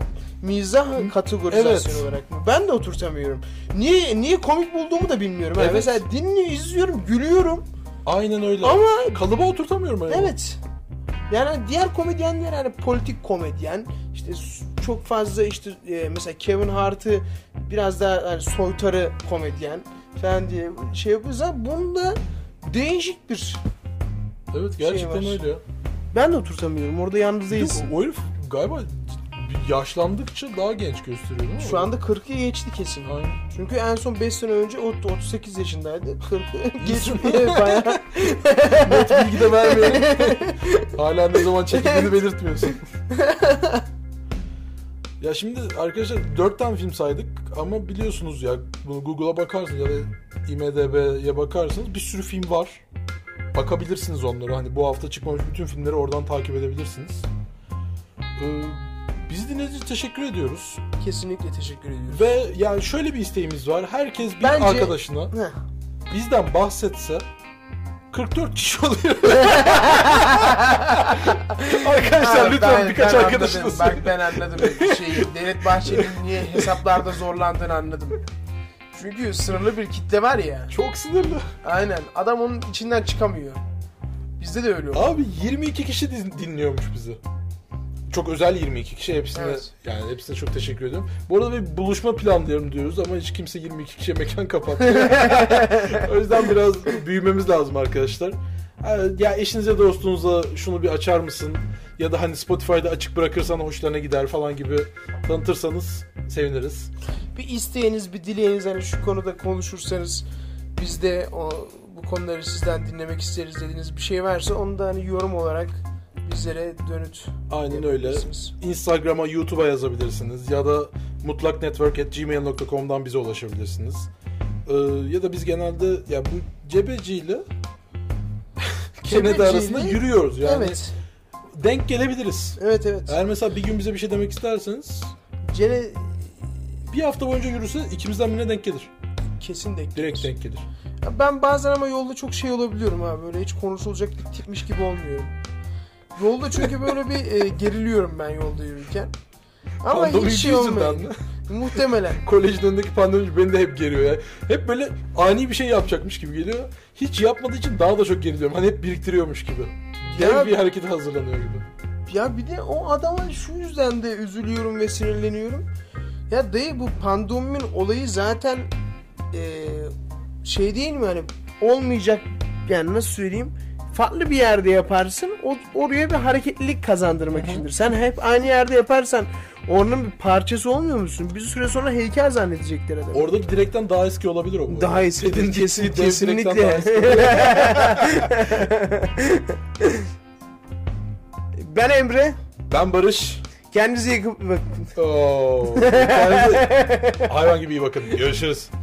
Speaker 4: Mizah kategorizasyon
Speaker 3: Evet.
Speaker 4: olarak mı? Ben de oturtamıyorum. Niye niye komik bulduğumu da bilmiyorum. Yani
Speaker 3: Evet.
Speaker 4: mesela dinliyorum, izliyorum, gülüyorum
Speaker 3: Aynen öyle.
Speaker 4: ama
Speaker 3: kalıba oturtamıyorum hani.
Speaker 4: evet. Yani diğer komedyenler hani politik komedyen işte s- çok fazla işte e, mesela Kevin Hart'ı biraz daha hani soytarı komedyen falan diye şey yapıyoruz ama bunda değişik bir
Speaker 3: Evet gerçekten
Speaker 4: Şey var.
Speaker 3: öyle ya.
Speaker 4: ben de oturtamıyorum. Orada yalnız
Speaker 3: Bir de
Speaker 4: değilsin.
Speaker 3: o- o herif galiba yaşlandıkça daha genç gösteriyor değil mi?
Speaker 4: Şu anda 40'ı geçti kesin.
Speaker 3: Aynen.
Speaker 4: Çünkü en son 5 sene önce o 38 yaşındaydı. 40
Speaker 3: İyisin.
Speaker 4: geçmiyor bayağı.
Speaker 3: Net bilgi de vermeyelim. Hala ne zaman çekildiğini belirtmiyorsun. ya şimdi arkadaşlar dört tane film saydık ama biliyorsunuz ya bunu Google'a bakarsınız ya da IMDB'ye bakarsınız bir sürü film var. Bakabilirsiniz onlara hani bu hafta çıkmamış bütün filmleri oradan takip edebilirsiniz. Ee, biz dinlediğiniz için teşekkür ediyoruz.
Speaker 4: Kesinlikle teşekkür ediyorum.
Speaker 3: Ve yani şöyle bir isteğimiz var. Herkes bir
Speaker 4: Bence-
Speaker 3: arkadaşına
Speaker 4: Heh.
Speaker 3: bizden bahsetse 44 kişi oluyor.
Speaker 2: Arkadaşlar
Speaker 4: Ha,
Speaker 2: lütfen birkaç
Speaker 4: ben
Speaker 2: arkadaşınız.
Speaker 4: anladım, Bak ben anladım. Şey, Devlet Bahçeli'nin niye hesaplarda zorlandığını anladım. Çünkü sınırlı bir kitle var ya.
Speaker 3: Çok sınırlı.
Speaker 4: Aynen. Adam onun içinden çıkamıyor. Bizde de öyle oldu.
Speaker 3: Abi 22 kişi din- dinliyormuş bizi. Çok özel 22 kişi hepsine
Speaker 4: Evet.
Speaker 3: yani hepsine çok teşekkür ediyorum. Bu arada bir buluşma planlayalım diyoruz ama hiç kimse 22 kişiye mekan kapattı. o yüzden biraz büyümemiz lazım arkadaşlar. Ee, Ya eşinize dostunuza şunu bir açar mısın? Ya da hani Spotify'da açık bırakırsan hoşlarına gider falan gibi tanıtırsanız seviniriz.
Speaker 4: Bir isteğiniz, bir dileğiniz hani şu konuda konuşursanız biz de o, bu konuları sizden dinlemek isteriz dediğiniz bir şey varsa onu da hani yorum olarak bizlere dönüt
Speaker 3: Aynen öyle.
Speaker 4: yapabilirsiniz.
Speaker 3: Instagram'a, YouTube'a yazabilirsiniz. Ya da mutlaknetwork.gmail.com'dan bize ulaşabilirsiniz. Ee, ya da biz genelde ya bu cebeci ile Kennedy
Speaker 4: Cebeciyle-
Speaker 3: arasında yürüyoruz. Yani
Speaker 4: Evet.
Speaker 3: denk gelebiliriz.
Speaker 4: Evet evet.
Speaker 3: Eğer mesela bir gün bize bir şey demek isterseniz
Speaker 4: Cene
Speaker 3: bir hafta boyunca yürüse ikimizden birine denk gelir.
Speaker 4: kesin
Speaker 3: Direkt
Speaker 4: denk gelirsin.
Speaker 3: denk gelir.
Speaker 4: Ya Ben bazen ama yolda çok şey olabiliyorum ha böyle hiç konuşulacak tipmiş gibi olmuyorum. Yolda çünkü böyle bir e, geriliyorum ben yolda yürürken. Ama
Speaker 3: Pandemi
Speaker 4: hiç şey
Speaker 3: yüzünden
Speaker 4: olmuyor.
Speaker 3: mi?
Speaker 4: Muhtemelen.
Speaker 3: Kolejin önündeki pandemi beni de hep geriyor ya. Hep böyle ani bir şey yapacakmış gibi geliyor. Hiç yapmadığı için daha da çok geriliyorum. Hani hep biriktiriyormuş gibi. Dev
Speaker 4: Ya-
Speaker 3: bir harekete hazırlanıyor gibi.
Speaker 4: Ya bir de o adama şu yüzden de üzülüyorum ve sinirleniyorum. Ya dayı bu pandeminin olayı zaten e, şey değil mi hani olmayacak yani nasıl söyleyeyim farklı bir yerde yaparsın o, oraya bir hareketlilik kazandırmak içindir. Sen hep aynı yerde yaparsan onun bir parçası olmuyor musun? Bir süre sonra heykel zannedecekler adamı.
Speaker 3: Oradaki direkten daha eski olabilir o. bu
Speaker 4: daha
Speaker 3: arada.
Speaker 4: eski
Speaker 3: Dediğin
Speaker 4: kesin,
Speaker 3: gibi dev direkten daha
Speaker 4: kesinlikle.
Speaker 3: eski.
Speaker 4: ben Emre.
Speaker 3: Ben Barış.
Speaker 4: Kendinize iyi bakın.
Speaker 3: Oo. Kendinize- Hayvan gibi iyi bakın. Görüşürüz.